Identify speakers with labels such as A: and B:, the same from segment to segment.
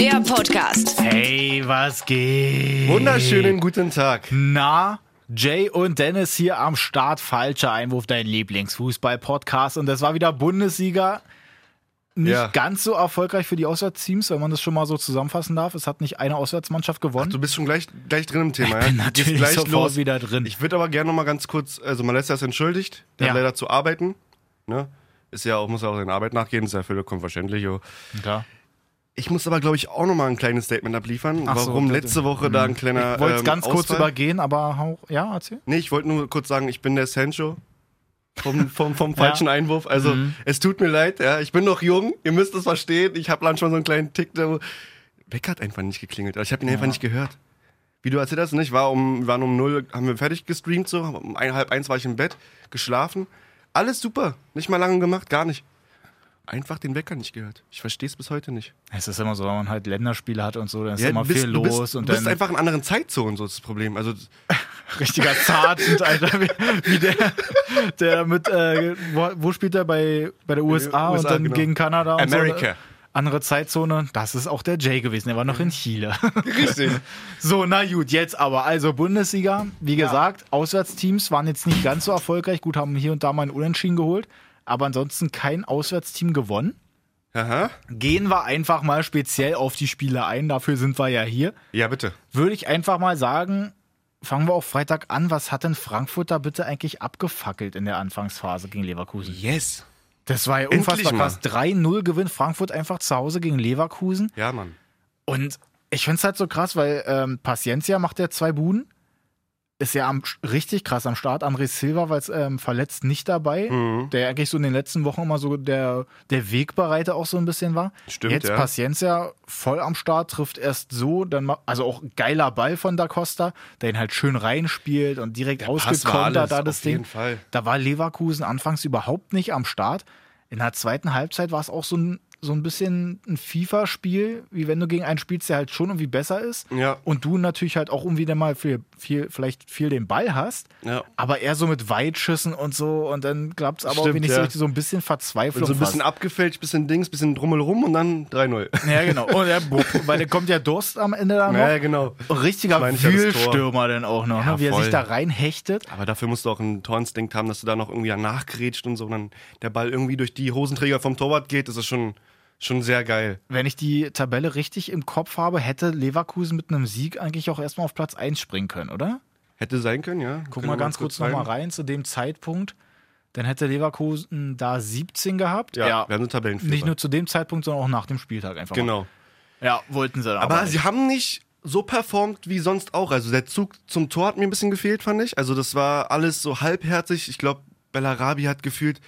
A: Der Podcast.
B: Hey, was geht?
C: Wunderschönen guten Tag.
B: Na, Jay und Dennis hier am Start. Falscher Einwurf, dein Lieblingsfußball-Podcast. Und das war wieder Bundesliga. Nicht
C: Ja.
B: ganz so erfolgreich für die Auswärtsteams, wenn man das schon mal so zusammenfassen darf. Es hat nicht eine Auswärtsmannschaft gewonnen.
C: Du bist schon gleich, gleich drin im Thema.
B: bin
C: ja? Du gehst
B: natürlich
C: gleich
B: sofort
C: los.
B: wieder drin.
C: Ich würde aber gerne noch mal ganz kurz, also Malessa ist entschuldigt, der hat
B: Ja.
C: leider zu arbeiten. Ne? Ist ja auch, muss ja auch seiner Arbeit nachgehen, ist ja völlig verständlich. Jo. äh,
B: Klar.
C: Ich muss aber, glaube ich, auch noch mal ein kleines Statement abliefern,
B: Ach so,
C: warum
B: bitte. Mhm.
C: letzte Woche da ein kleiner.
B: Ich wollte es
C: ähm,
B: ganz kurz
C: Ausfall-
B: übergehen, aber hau, ja, erzähl.
C: Nee, ich wollte nur kurz sagen, ich bin der Sancho. Vom, vom, vom falschen Einwurf. Also,
B: Mhm.
C: es tut mir leid, ja. Ich bin noch jung, ihr müsst es verstehen. Ich habe schon so einen kleinen Tick. Der Wecker hat einfach nicht geklingelt. Ich habe ihn einfach nicht gehört. Wie du erzählt hast, ne? ich war um, wir waren um null, haben wir fertig gestreamt, so. Um ein, halb eins war ich im Bett, geschlafen. Alles super. Nicht mal lange gemacht, gar nicht. Einfach den Wecker nicht gehört. Ich verstehe es bis heute nicht.
B: Es ist immer so, wenn man halt Länderspiele hat und so, dann ist
C: Ja,
B: immer
C: du bist,
B: viel
C: du
B: los
C: bist,
B: und
C: du bist
B: dann
C: einfach in anderen Zeitzonen, so ist das Problem. Also,
B: richtiger Sergeant, Alter, wie, wie der, der mit, äh, wo, wo spielt er bei, bei der USA, und
C: USA,
B: dann
C: genau.
B: gegen Kanada und so. ne?
C: America.
B: Andere Zeitzone, das ist auch der Jay gewesen, der war noch in Chile.
C: richtig.
B: So, na gut, jetzt aber. Also Bundesliga, wie gesagt, Auswärtsteams waren jetzt nicht ganz so erfolgreich. Gut, haben hier und da mal einen Unentschieden geholt, aber ansonsten kein Auswärtsteam gewonnen.
C: Aha.
B: Gehen wir einfach mal speziell auf die Spiele ein, dafür sind wir ja hier.
C: Ja, bitte.
B: Würde ich einfach mal sagen, fangen wir auch Freitag an. Was hat denn Frankfurt da bitte eigentlich abgefackelt in der Anfangsphase gegen Leverkusen?
C: Yes.
B: Das war ja
C: Endlich
B: unfassbar
C: mal.
B: krass. 3-0 gewinnt Frankfurt einfach zu Hause gegen Leverkusen.
C: Ja, Mann.
B: Und ich finde es halt so krass, weil ähm, Paciencia macht ja zwei Buden. Ist ja am, richtig krass am Start. André Silva war jetzt ähm, verletzt nicht dabei,
C: Mhm.
B: der eigentlich so in den letzten Wochen immer so der, der Wegbereiter auch so ein bisschen war.
C: Stimmt,
B: jetzt
C: ja.
B: Paciencia voll am Start, trifft erst so, dann ma- also auch geiler Ball von Da Costa, der ihn halt schön reinspielt und direkt ausgekontert da das
C: auf
B: Ding.
C: jeden Fall.
B: Da war Leverkusen anfangs überhaupt nicht am Start. In der zweiten Halbzeit war es auch so ein, so ein bisschen ein FIFA-Spiel, wie wenn du gegen einen spielst, der halt schon irgendwie besser ist.
C: Ja.
B: Und du natürlich halt auch irgendwie dann mal viel, viel, vielleicht viel den Ball hast.
C: Ja.
B: Aber eher so mit Weitschüssen und so. Und dann klappt es aber auch
C: Stimmt,
B: wenig
C: ja.
B: so richtig so ein bisschen Verzweiflung.
C: Und so ein bisschen
B: fast.
C: abgefälscht, bisschen Dings, bisschen drumherum und dann 3-0.
B: Ja, genau. Und der, bupp, weil der kommt ja Durst am Ende dann noch. Oh,
C: Ja, ja, genau.
B: Und richtiger
C: Ich meine, ich hab das Tor.
B: Wühlstürmer dann auch noch,
C: Ja,
B: ne? wie er sich
C: voll.
B: da reinhechtet.
C: Aber dafür musst du auch einen Torinstinkt haben, dass du da noch irgendwie nachgrätscht und so. Und dann der Ball irgendwie durch die Hosenträger vom Torwart geht, das ist schon, schon sehr geil.
B: wenn ich die Tabelle richtig im Kopf habe, hätte Leverkusen mit einem Sieg eigentlich auch erstmal auf Platz 1 springen können, oder?
C: Hätte sein können, ja.
B: Guck mal ganz kurz nochmal rein zu dem Zeitpunkt. Dann hätte Leverkusen da 17 gehabt.
C: Ja, wir haben so Tabellenführer.
B: Nicht nur zu dem Zeitpunkt, sondern auch nach dem Spieltag einfach. Mal.
C: Genau.
B: Ja, wollten sie dann
C: Aber,
B: aber. nicht.
C: sie haben nicht so performt wie sonst auch. Also der Zug zum Tor hat mir ein bisschen gefehlt, fand ich. Also das war alles so halbherzig. Ich glaube, Bellarabi hat gefühlt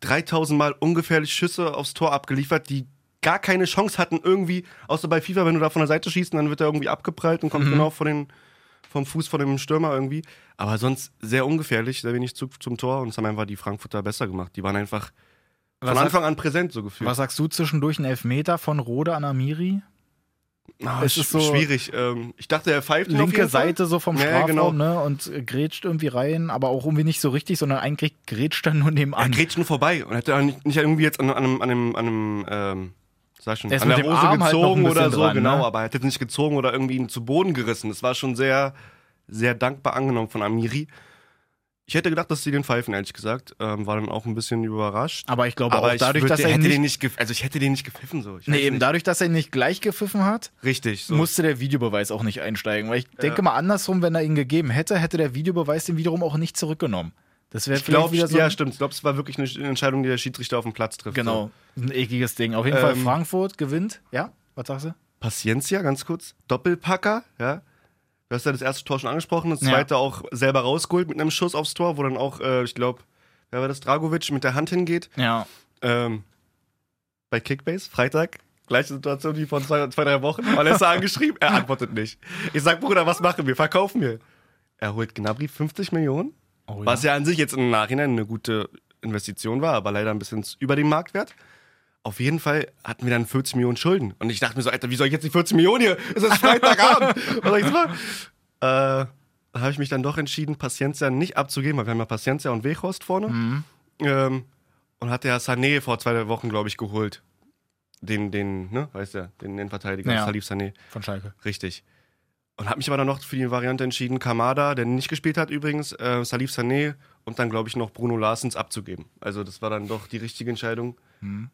C: 3000 Mal ungefährlich Schüsse aufs Tor abgeliefert, die gar keine Chance hatten irgendwie, außer bei FIFA, wenn du da von der Seite schießt, und dann wird er irgendwie abgeprallt und
B: Mhm.
C: kommt genau vor den, vom Fuß von dem Stürmer irgendwie. Aber sonst sehr ungefährlich, sehr wenig Zug zum Tor und es haben einfach die Frankfurter besser gemacht. Die waren einfach
B: Was
C: von
B: hat-
C: Anfang an präsent, so gefühlt.
B: Was sagst du zwischendurch? Ein Elfmeter von Rode an Amiri?
C: Ah,
B: Es ist
C: sch-
B: so-
C: schwierig. Ähm, ich dachte, er pfeift ihn auf
B: Linke
C: jeden Fall.
B: Seite so vom
C: Ja,
B: Strafraum
C: genau.
B: ne? und äh, grätscht irgendwie rein, aber auch irgendwie nicht so richtig, sondern eigentlich grätscht er nur
C: Er
B: nebenan.
C: grätscht nur vorbei und hätte auch nicht, nicht irgendwie jetzt an, an einem, an einem, an einem ähm, sag schon,
B: Er ist
C: an
B: mit
C: der
B: dem
C: Hose
B: Arm halt noch ein
C: gezogen
B: bisschen
C: oder so,
B: dran,
C: genau,
B: ne?
C: aber er hätte jetzt nicht gezogen oder irgendwie ihn zu Boden gerissen. Das war schon sehr, sehr dankbar angenommen von Amiri. Ich hätte gedacht, dass sie den pfeifen, ehrlich gesagt. Ähm, war dann auch ein bisschen überrascht.
B: aber ich glaube auch
C: ich
B: dadurch,
C: würd-
B: dass er
C: hätte den
B: nicht,
C: nicht gef- also ich hätte den nicht gepfiffen so. Ich
B: nee,
C: weiß
B: eben
C: nicht.
B: dadurch, dass er ihn nicht gleich gepfiffen hat,
C: Richtig. So.
B: musste der Videobeweis auch nicht einsteigen. Weil ich denke mal andersrum, wenn er ihn gegeben hätte, hätte der Videobeweis den wiederum auch nicht zurückgenommen. Das wäre
C: ich glaube,
B: vielleicht wieder so.
C: ja,
B: ein-
C: stimmt. Ich glaube, es war wirklich eine Entscheidung, die der Schiedsrichter auf dem Platz trifft.
B: genau. Ein ekliges Ding. Auf jeden Fall
C: Ähm,
B: Frankfurt gewinnt. Ja, was sagst du?
C: Paciencia, ganz kurz. Doppelpacker, ja. Du hast ja das erste Tor schon angesprochen, das
B: Ja.
C: zweite auch selber rausgeholt mit einem Schuss aufs Tor, wo dann auch, äh, ich glaube, wer war das, Dragovic mit der Hand hingeht.
B: Ja.
C: Ähm, bei Kickbase, Freitag, gleiche Situation wie von zwei, zwei drei Wochen. Malessa angeschrieben, er antwortet nicht. Ich sag, Bruder, was machen wir? Verkaufen wir. Er holt Gnabry 50 Millionen,
B: Oh,
C: was ja an sich jetzt im Nachhinein eine gute Investition war, aber leider ein bisschen über dem Marktwert. Auf jeden Fall hatten wir dann 40 Millionen Schulden. Und ich dachte mir so, Alter, wie soll ich jetzt die 40 Millionen hier? Es ist Freitagabend. Was soll ich jetzt machen? Äh, da habe ich mich dann doch entschieden, Paciencia nicht abzugeben, weil wir haben ja Paciencia und
B: Mhm.
C: Weghorst vorne. Ähm, und hat der Sané vor zwei Wochen, glaube ich, geholt. den, den, ne, weißt ja, den Innenverteidiger,
B: Ja.
C: Salif Sané.
B: von Schalke.
C: Richtig. Und habe mich aber dann noch für die Variante entschieden, Kamada, der nicht gespielt hat übrigens, äh, Salif Sané und dann, glaube ich, noch Bruno Larsens abzugeben. Also das war dann doch die richtige Entscheidung.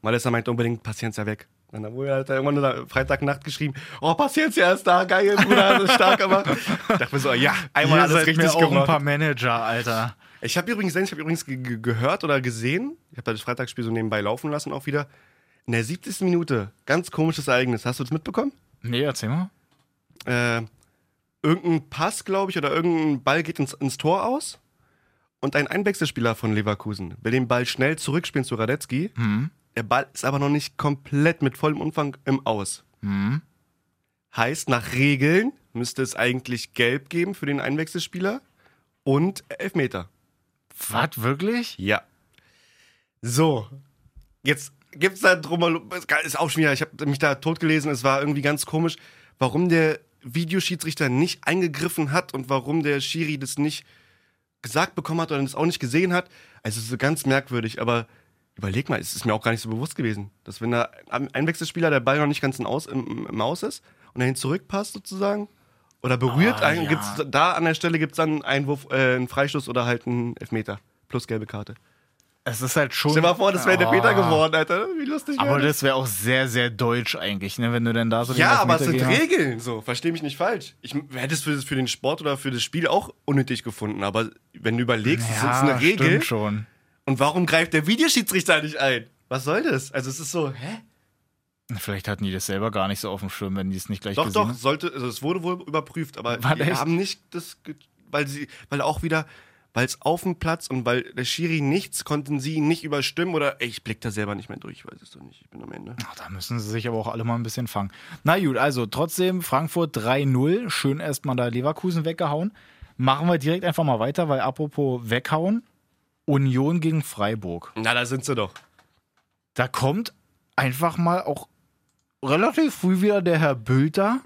C: Malessa meinte unbedingt, Paciencia weg. Und dann wurde halt irgendwann da Freitagnacht geschrieben, oh, Paciencia ist da, geil, Bruder, das ist stark, aber ich dachte mir so, ja, einmal
B: Ihr
C: alles
B: seid mir
C: richtig
B: auch ein
C: gemacht.
B: paar Manager, Alter.
C: Ich habe übrigens, ich habe übrigens ge ge gehört oder gesehen, ich habe das Freitagsspiel so nebenbei laufen lassen auch wieder, in der 70. Minute, ganz komisches Ereignis, hast du das mitbekommen?
B: Nee, erzähl mal.
C: äh, irgendein Pass, glaube ich, oder irgendein Ball geht ins, ins Tor aus. Und ein Einwechselspieler von Leverkusen will den Ball schnell zurückspielen zu Radetzky.
B: Hm.
C: Der Ball ist aber noch nicht komplett mit vollem Umfang im Aus.
B: Hm.
C: Heißt, nach Regeln müsste es eigentlich gelb geben für den Einwechselspieler und Elfmeter.
B: Was, wirklich?
C: Ja. So, jetzt gibt's da drum, ist auch schon wieder, ich habe mich da totgelesen, es war irgendwie ganz komisch, warum der Videoschiedsrichter nicht eingegriffen hat und warum der Schiri das nicht gesagt bekommen hat oder das auch nicht gesehen hat. Also es ist so ganz merkwürdig, aber überleg mal, es ist mir auch gar nicht so bewusst gewesen, dass wenn da ein Einwechselspieler der Ball noch nicht ganz in aus, im, im Aus ist und er ihn zurückpasst sozusagen oder berührt
B: Ah,
C: einen,
B: ja.
C: gibt's da an der Stelle gibt's dann einen Einwurf, äh, einen Freistoß oder halt einen Elfmeter plus gelbe Karte.
B: Es ist halt schon.
C: Stell dir mal vor, das wäre der
B: Oh.
C: Peter geworden, Alter. Wie lustig
B: Aber
C: wäre
B: das wäre auch sehr, sehr deutsch eigentlich, ne? wenn du denn da so den
C: Ja, aber es
B: Elfmeter
C: sind
B: gegen hast.
C: Regeln, so. Versteh mich nicht falsch. Ich m- hätte es für, das- für den Sport oder für das Spiel auch unnötig gefunden, aber wenn du überlegst, es
B: Ja,
C: ist eine Regel
B: stimmt schon.
C: und warum greift der Videoschiedsrichter nicht ein? Was soll das? Also es ist so, hä?
B: Vielleicht hatten die das selber gar nicht so auf dem Schirm, wenn die es nicht gleich
C: Doch,
B: gesehen
C: doch, sollte, also es wurde wohl überprüft, aber
B: War
C: die
B: echt?
C: haben nicht das, ge- weil sie, weil auch wieder, weil es auf dem Platz und weil der Schiri nichts, konnten sie nicht überstimmen oder, ey, ich blick da selber nicht mehr durch, ich weiß es doch nicht, ich bin am Ende.
B: Ach, Da müssen sie sich aber auch alle mal ein bisschen fangen. Na gut, also trotzdem Frankfurt 3-0. Schön erstmal da Leverkusen weggehauen. Machen wir direkt einfach mal weiter, weil apropos weghauen, Union gegen Freiburg.
C: Na, da sind sie doch.
B: Da kommt einfach mal auch relativ früh wieder der Herr Bülter,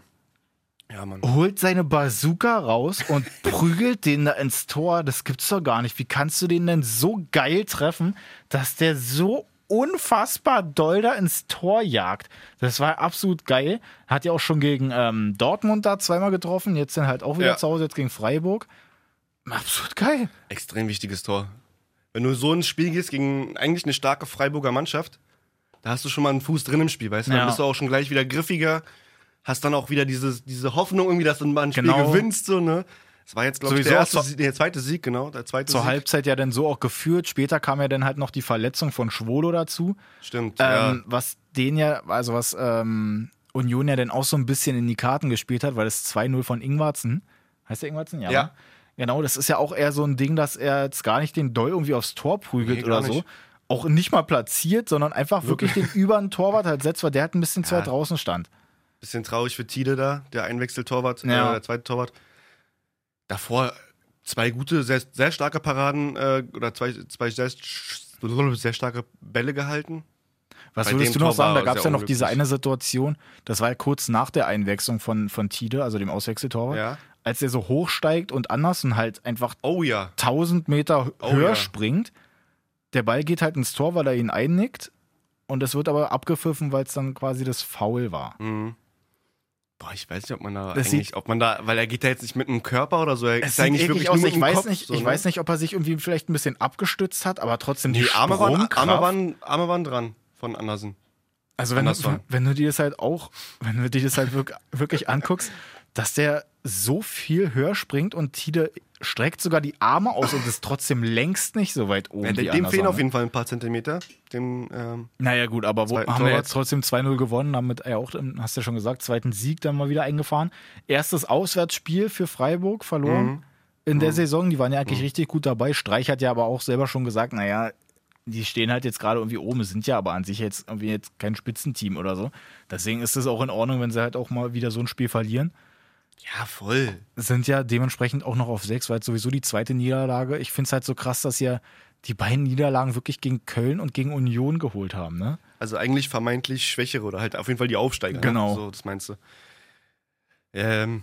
C: Ja, Mann.
B: holt seine Bazooka raus und prügelt den da ins Tor. Das gibt's doch gar nicht. Wie kannst du den denn so geil treffen, dass der so unfassbar doll da ins Tor jagt? Das war absolut geil. Hat ja auch schon gegen ähm, Dortmund da zweimal getroffen. Jetzt dann halt auch wieder
C: Ja.
B: zu Hause, jetzt gegen Freiburg. Absolut geil.
C: Extrem wichtiges Tor. Wenn du so ins Spiel gehst gegen eigentlich eine starke Freiburger Mannschaft, da hast du schon mal einen Fuß drin im Spiel, weißt du?
B: Ja.
C: Dann bist du auch schon gleich wieder griffiger, hast dann auch wieder dieses, diese Hoffnung irgendwie, dass du mal ein Spiel
B: Genau.
C: gewinnst, so, ne? Das war jetzt, glaube ich,
B: Sowieso
C: der, erste,
B: zur-
C: Sieg- der zweite Sieg, genau, der zweite
B: Zur
C: Sieg.
B: Halbzeit ja dann so auch geführt. Später kam ja dann halt noch die Verletzung von Schwolo dazu.
C: Stimmt,
B: Ähm, Was den ja, also was ähm, Union ja dann auch so ein bisschen in die Karten gespielt hat, weil das 2-0 von Ingwarzen, heißt der Ingwarzen? Ja.
C: Ja.
B: ne? Genau, das ist ja auch eher so ein Ding, dass er jetzt gar nicht den Doll irgendwie aufs Tor prügelt
C: Nee, gar
B: oder so.
C: nicht.
B: Auch nicht mal platziert, sondern einfach wirklich den über den Torwart halt setzt, weil der halt ein bisschen zu weit draußen stand.
C: Bisschen traurig für Tide da, der Einwechseltorwart,
B: Ja.
C: äh, der zweite Torwart. Davor zwei gute, sehr, sehr starke Paraden äh, oder zwei, zwei sehr, sehr starke Bälle gehalten.
B: Was
C: Bei
B: würdest du
C: dem
B: noch
C: Tor
B: sagen?
C: war
B: Da gab es ja
C: sehr
B: noch diese
C: unglücklich.
B: eine Situation, das war ja kurz nach der Einwechslung von, von Tide, also dem Auswechseltorwart,
C: Ja.
B: als er so hochsteigt und Andersen halt einfach
C: Oh ja.
B: 1000 Meter
C: Oh,
B: höher
C: ja.
B: springt. Der Ball geht halt ins Tor, weil er ihn einnickt. Und es wird aber abgepfiffen, weil es dann quasi das Foul war.
C: Mhm. Boah, ich weiß nicht, ob man da
B: Das
C: eigentlich, ob man da, weil er geht da jetzt nicht mit dem Körper oder so, er ist
B: sieht
C: eigentlich
B: eklig
C: wirklich
B: aus.
C: nur mit
B: Ich
C: dem
B: weiß
C: Kopf.
B: nicht,
C: so,
B: ich
C: ne?
B: weiß nicht, ob er sich irgendwie vielleicht ein bisschen abgestützt hat, aber trotzdem die,
C: Die Arme waren,
B: Sprungkraft.
C: Arme, waren, Arme waren dran von Andersen.
B: also wenn du,
C: Andersson.
B: wenn du dir das halt auch, wenn du dir das halt wirklich, wirklich anguckst, dass der so viel höher springt und Tide streckt sogar die Arme aus und ist trotzdem längst nicht so weit oben.
C: Ja,
B: wie
C: dem
B: Andersson,
C: fehlen
B: ne?
C: auf jeden Fall ein paar Zentimeter. Dem, ähm,
B: Naja, gut, aber wo,
C: Zweiten
B: haben wir
C: Torwart.
B: jetzt trotzdem 2-0 gewonnen, haben mit, ja auch, im- hast du ja schon gesagt, zweiten Sieg dann mal wieder eingefahren. Erstes Auswärtsspiel für Freiburg verloren
C: Mhm.
B: in der Saison. Die waren ja eigentlich richtig gut dabei. Streich hat ja aber auch selber schon gesagt, naja, die stehen halt jetzt gerade irgendwie oben, sind ja aber an sich jetzt irgendwie jetzt kein Spitzenteam oder so. Deswegen ist es auch in Ordnung, wenn sie halt auch mal wieder so ein Spiel verlieren.
C: ja, voll.
B: Sind ja dementsprechend auch noch auf sechs, weil es sowieso die zweite Niederlage. Ich finde es halt so krass, dass ja die beiden Niederlagen wirklich gegen Köln und gegen Union geholt haben, ne?
C: Also eigentlich vermeintlich Schwächere oder halt auf jeden Fall die Aufsteiger.
B: Genau.
C: Ne? So, das meinst du. Ähm,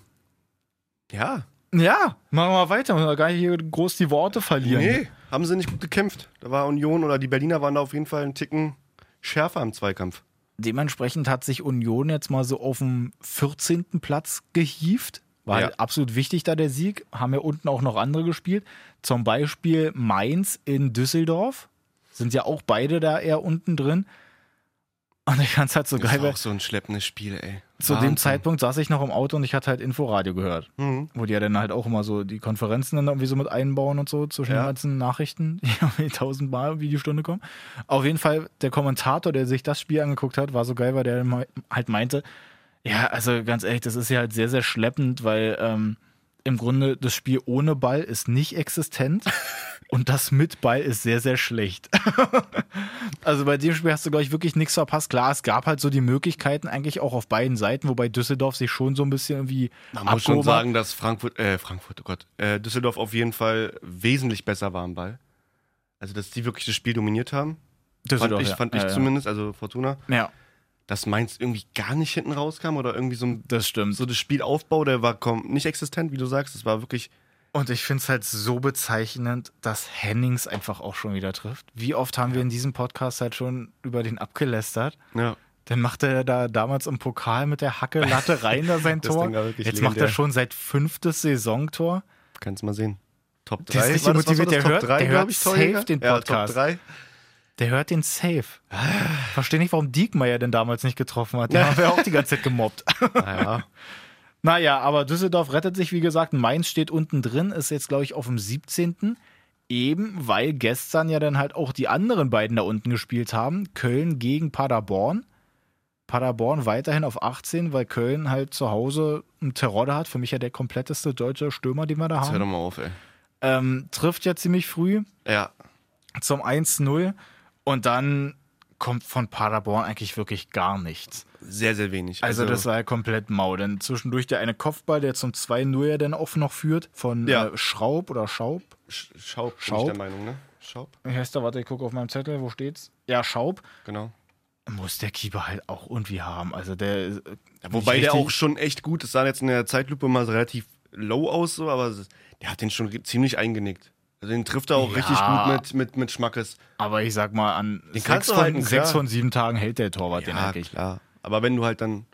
C: ja,
B: Ja, machen wir weiter. Wir gar nicht hier groß die Worte verlieren.
C: nee, haben sie nicht gut gekämpft. Da war Union oder die Berliner waren da auf jeden Fall einen Ticken schärfer im Zweikampf.
B: Dementsprechend hat sich Union jetzt mal so auf dem 14. Platz gehievt. War
C: Ja.
B: halt absolut wichtig da der Sieg. Haben ja unten auch noch andere gespielt. Zum Beispiel Mainz in Düsseldorf. Sind ja auch beide da eher unten drin. Und ich fand es halt so
C: Das
B: geil,
C: ist
B: weil
C: auch so ein schleppendes Spiel, ey.
B: zu
C: Wahnsinn.
B: dem Zeitpunkt saß ich noch im Auto und ich hatte halt Inforadio gehört.
C: Mhm.
B: Wo die ja dann halt auch immer so die Konferenzen dann irgendwie so mit einbauen und so zwischen
C: Ja.
B: den ganzen Nachrichten, die irgendwie tausendmal irgendwie die Stunde kommen. Auf jeden Fall, der Kommentator, der sich das Spiel angeguckt hat, war so geil, weil der dann mal- halt meinte, ja, also ganz ehrlich, das ist ja halt sehr, sehr schleppend, weil ähm, im Grunde das Spiel ohne Ball ist nicht existent und das mit Ball ist sehr, sehr schlecht. also bei dem Spiel hast du, glaube ich, wirklich nichts verpasst. Klar, es gab halt so die Möglichkeiten eigentlich auch auf beiden Seiten, wobei Düsseldorf sich schon so ein bisschen irgendwie
C: Man muss
B: abgehoben
C: schon
B: hat.
C: sagen, dass Frankfurt, äh, Frankfurt, oh Gott, äh, Düsseldorf auf jeden Fall wesentlich besser war am Ball. Also, dass die wirklich das Spiel dominiert haben. Fand ich,
B: ja.
C: fand
B: Ja,
C: ich
B: ja.
C: zumindest, also Fortuna.
B: Ja,
C: Dass Mainz irgendwie gar nicht hinten rauskam oder irgendwie so, ein,
B: das stimmt.
C: so das Spielaufbau, der war kom- nicht existent, wie du sagst. Es war wirklich
B: Und ich finde es halt so bezeichnend, dass Hennings einfach auch schon wieder trifft. Wie oft haben wir in diesem Podcast halt schon über den abgelästert?
C: Ja.
B: Dann macht er da damals im Pokal mit der Hacke Latte rein da sein
C: Das
B: Tor.
C: Ding war wirklich
B: Jetzt macht er
C: legendär.
B: schon seit fünftes Saisontor.
C: Kannst mal sehen. Top
B: Der ist
C: 3.
B: richtig motiviert, der hört- der hört safe den
C: Ja,
B: Podcast.
C: Top 3.
B: Der hört den Safe. Verstehe nicht, warum Diekmeyer denn damals nicht getroffen hat. Den haben wir auch die ganze Zeit gemobbt.
C: Naja.
B: Naja, aber Düsseldorf rettet sich, wie gesagt. Mainz steht unten drin, ist jetzt, glaube ich, auf dem 17. Eben, weil gestern ja dann halt auch die anderen beiden da unten gespielt haben. Köln gegen Paderborn. Paderborn weiterhin auf 18, weil Köln halt zu Hause einen Terodde hat. Für mich ja der kompletteste deutsche Stürmer, den wir da
C: Jetzt hör doch
B: haben.
C: mal auf, ey.
B: Ähm, trifft ja ziemlich früh
C: Ja.
B: zum 1-0. Und dann kommt von Paderborn eigentlich wirklich gar nichts.
C: Sehr, sehr wenig.
B: Also, das war ja komplett mau. Dann zwischendurch der eine Kopfball, der zum 2-0 ja dann auch noch führt, von
C: Ja.
B: äh, Schraub oder Schaub.
C: Sch- Schaub, bin
B: Schaub.
C: ich der Meinung, ne? Schaub,
B: Wie heißt der? Warte, ich gucke auf meinem Zettel, wo steht's? Ja, Schaub.
C: genau.
B: Muss der Keeper halt auch irgendwie haben. Also der. äh,
C: Wobei
B: nicht
C: der
B: richtig-
C: auch schon echt gut, es sah jetzt in der Zeitlupe mal relativ low aus, so, aber es- der hat den schon ge- ziemlich eingenickt. Also den trifft er auch
B: Ja.
C: richtig gut mit, mit, mit Schmackes.
B: Aber ich sag mal, an sechs,
C: kannst du
B: von,
C: halten, klar.
B: sechs von sieben Tagen hält der Torwart den eigentlich.
C: klar. Aber wenn du halt dann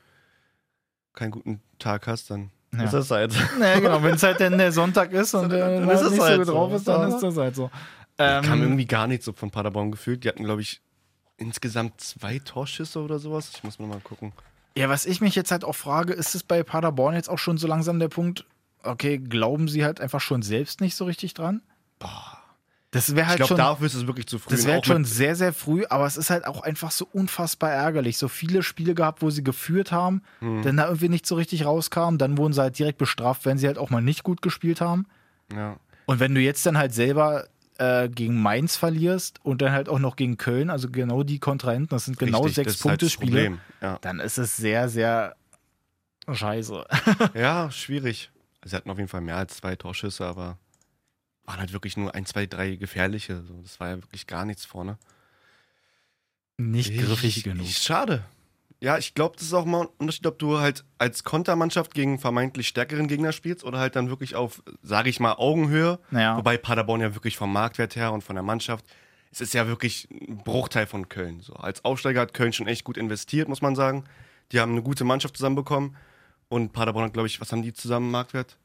C: keinen guten Tag hast, dann
B: Ja.
C: ist das halt.
B: Naja, genau. Wenn es halt dann der Sonntag ist und der
C: Dann ist es
B: nicht so
C: halt
B: gut
C: so.
B: drauf ist, dann ist das halt so.
C: Kam
B: Ähm,
C: irgendwie gar nichts so von Paderborn gefühlt. Die hatten, glaube ich, insgesamt zwei Torschüsse oder sowas. Ich muss noch mal gucken.
B: ja, was ich mich jetzt halt auch frage, ist es bei Paderborn jetzt auch schon so langsam der Punkt, okay, glauben sie halt einfach schon selbst nicht so richtig dran?
C: Boah.
B: Das wäre
C: Ich
B: halt
C: glaube,
B: schon.
C: dafür ist es wirklich zu früh.
B: Das
C: Und
B: wäre halt
C: auch
B: schon
C: mit-
B: sehr, sehr früh, aber es ist halt auch einfach so unfassbar ärgerlich. So viele Spiele gehabt, wo sie geführt haben,
C: Hm.
B: dann da irgendwie nicht so richtig rauskamen, dann wurden sie halt direkt bestraft, wenn sie halt auch mal nicht gut gespielt haben.
C: Ja.
B: Und wenn du jetzt dann halt selber äh, gegen Mainz verlierst und dann halt auch noch gegen Köln, also genau die Kontrahenten, das sind genau
C: Richtig,
B: sechs
C: das ist halt
B: Punkte
C: das
B: Spiele,
C: Problem. Ja.
B: dann ist es sehr, sehr scheiße.
C: ja, schwierig. Sie hatten auf jeden Fall mehr als zwei Torschüsse, aber waren halt wirklich nur ein, zwei, drei gefährliche. So, das war ja wirklich gar nichts vorne.
B: Nicht griffig
C: Ich-
B: genug.
C: ich- Schade. Ja, ich glaube, das ist auch mal ein Unterschied, ob du halt als Kontermannschaft gegen vermeintlich stärkeren Gegner spielst oder halt dann wirklich auf, sage ich mal, Augenhöhe.
B: Naja.
C: Wobei Paderborn ja wirklich vom Marktwert her und von der Mannschaft, es ist ja wirklich ein Bruchteil von Köln. So, als Aufsteiger hat Köln schon echt gut investiert, muss man sagen. Die haben eine gute Mannschaft zusammenbekommen. Und Paderborn hat, glaube ich, was haben die zusammen Marktwert?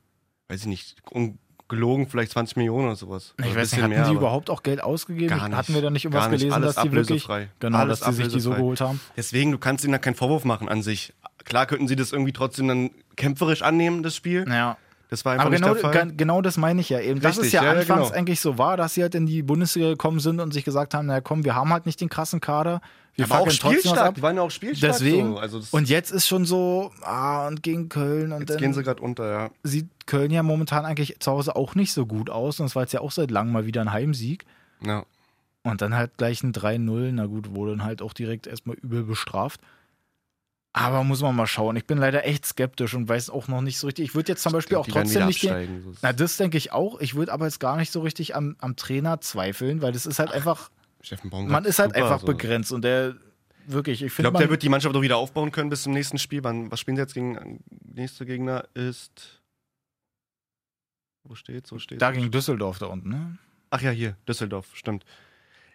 C: Weiß ich nicht. Un gelogen, vielleicht 20 Millionen oder sowas.
B: Ich
C: Oder
B: weiß
C: ein
B: nicht,
C: bisschen
B: hatten die
C: aber
B: überhaupt auch Geld ausgegeben?
C: Gar nicht.
B: Hatten wir da nicht
C: Gar
B: irgendwas
C: nicht.
B: gelesen,
C: Alles
B: dass die wirklich
C: ablösefrei.
B: genau,
C: Alles
B: dass die sich die so
C: ablösefrei.
B: geholt haben?
C: Deswegen, du kannst ihnen da keinen Vorwurf machen an sich. Klar könnten sie das irgendwie trotzdem dann kämpferisch annehmen, das Spiel.
B: Ja.
C: Das war einfach
B: Aber
C: nicht
B: genau,
C: der Fall.
B: gen- genau das meine ich ja eben. dass es
C: Richtig,
B: ja,
C: ja, ja,
B: anfangs
C: genau.
B: eigentlich so war, dass sie halt in die Bundesliga gekommen sind und sich gesagt haben, naja komm, wir haben halt nicht den krassen Kader. Wir
C: Aber auch
B: fackeln trotzdem was
C: spielstark.
B: ab.
C: Die waren ja auch spielstark.
B: Deswegen.
C: So. Also das,
B: und jetzt ist schon so, ah, und gegen Köln. Und
C: jetzt gehen sie
B: dann
C: gerade unter, ja.
B: sieht Köln ja momentan eigentlich zu Hause auch nicht so gut aus. Und es war jetzt ja auch seit langem mal wieder ein Heimsieg.
C: ja.
B: Und dann halt gleich ein 3-0. Na gut, wurde dann halt auch direkt erstmal übel bestraft. Aber muss man mal schauen. Ich bin leider echt skeptisch und weiß auch noch nicht so richtig. Ich würde jetzt zum Beispiel auch
C: Die werden
B: trotzdem
C: wieder
B: nicht den,
C: absteigen, so. Das-
B: Na, das denke ich auch. Ich würde aber jetzt gar nicht so richtig am, am Trainer zweifeln, weil das ist halt einfach,
C: Steffen Baumgart
B: man ist halt
C: super,
B: einfach
C: so.
B: begrenzt und der wirklich, ich
C: Ich
B: finde,
C: glaube, der
B: man-
C: wird die Mannschaft auch wieder aufbauen können bis zum nächsten Spiel. Wann, was spielen sie jetzt gegen? Nächster Gegner ist. Wo steht's? Wo steht's?
B: da gegen Düsseldorf da unten, ne?
C: Ach ja, hier, Düsseldorf, stimmt.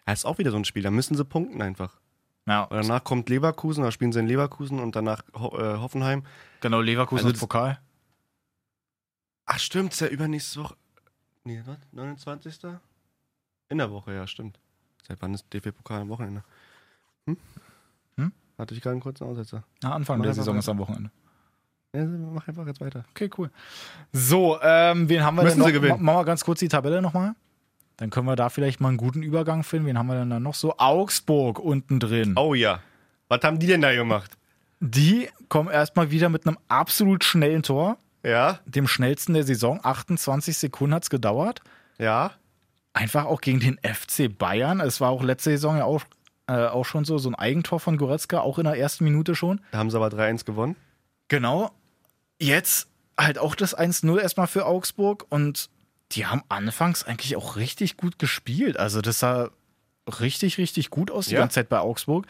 C: Ja, ist auch wieder so ein Spiel, da müssen sie punkten einfach.
B: Ja,
C: Weil danach kommt Leverkusen, da spielen sie in Leverkusen und danach Ho äh, Hoffenheim.
B: genau, Leverkusen
C: Also
B: also
C: das-
B: Pokal.
C: Ach, stimmt, ist ja übernächste Woche. Nee, was? 29. In der Woche, ja, stimmt. Seit wann ist DFB-Pokal am Wochenende? Hm?
B: Hm?
C: Hatte ich gerade einen kurzen Aussetzer.
B: Na, Anfang
C: Mach
B: der
C: einfach
B: Saison
C: weiter.
B: ist am Wochenende.
C: Ja, mach einfach jetzt weiter.
B: Okay, cool. So, ähm, wen haben wir
C: Müssen
B: denn noch?
C: sie gewinnen.
B: Ma- Machen wir ganz kurz die Tabelle nochmal. Dann können wir da vielleicht mal einen guten Übergang finden. Wen haben wir denn da noch so? Augsburg unten drin.
C: Oh ja. Was haben die denn da gemacht?
B: Die kommen erstmal wieder mit einem absolut schnellen Tor.
C: Ja,
B: Dem schnellsten der Saison. 28 Sekunden hat es gedauert.
C: ja.
B: Einfach auch gegen den FC Bayern. Es war auch letzte Saison ja auch, äh, auch schon so, so ein Eigentor von Goretzka, auch in der ersten Minute schon.
C: Da haben sie aber 3-1 gewonnen.
B: Genau. Jetzt halt auch das 1-0 erstmal für Augsburg und die haben anfangs eigentlich auch richtig gut gespielt. Also das sah richtig, richtig gut aus die
C: Ja.
B: ganze Zeit bei Augsburg.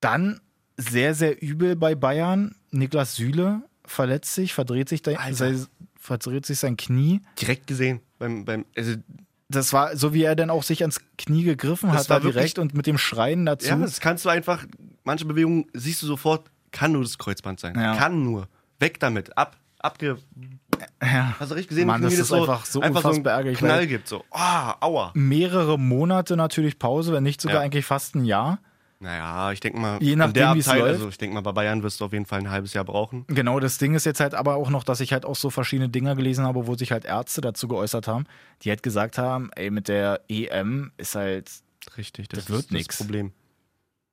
B: Dann sehr, sehr übel bei Bayern. Niklas Süle verletzt sich, verdreht sich, de-
C: Alter.
B: sei, verdreht sich sein Knie.
C: Direkt gesehen. Beim, beim, also,
B: Das war so, wie er dann auch sich ans Knie gegriffen
C: Das
B: hat,
C: war
B: war direkt und mit dem Schreien dazu.
C: ja, das kannst du einfach, manche Bewegungen siehst du sofort, kann nur das Kreuzband sein.
B: Ja.
C: Kann nur. Weg damit. Ab, abge.
B: Ja.
C: Hast du richtig gesehen,
B: Mann,
C: wie
B: das
C: mir
B: ist einfach so
C: einen
B: unfassbar ärgerlich,
C: Knall
B: weil-
C: gibt. So, ah, aua.
B: Mehrere Monate natürlich Pause, wenn nicht sogar
C: Ja.
B: eigentlich fast ein Jahr.
C: Naja, ich denke mal,
B: Je nachdem,
C: in der
B: wie's
C: Abteil,
B: läuft.
C: also ich denke mal, bei Bayern wirst du auf jeden Fall ein halbes Jahr brauchen.
B: Genau, das Ding ist jetzt halt aber auch noch, dass ich halt auch so verschiedene Dinger gelesen habe, wo sich halt Ärzte dazu geäußert haben, die halt gesagt haben, ey, mit der EM ist halt,
C: Richtig,
B: das wird nix.
C: das Problem.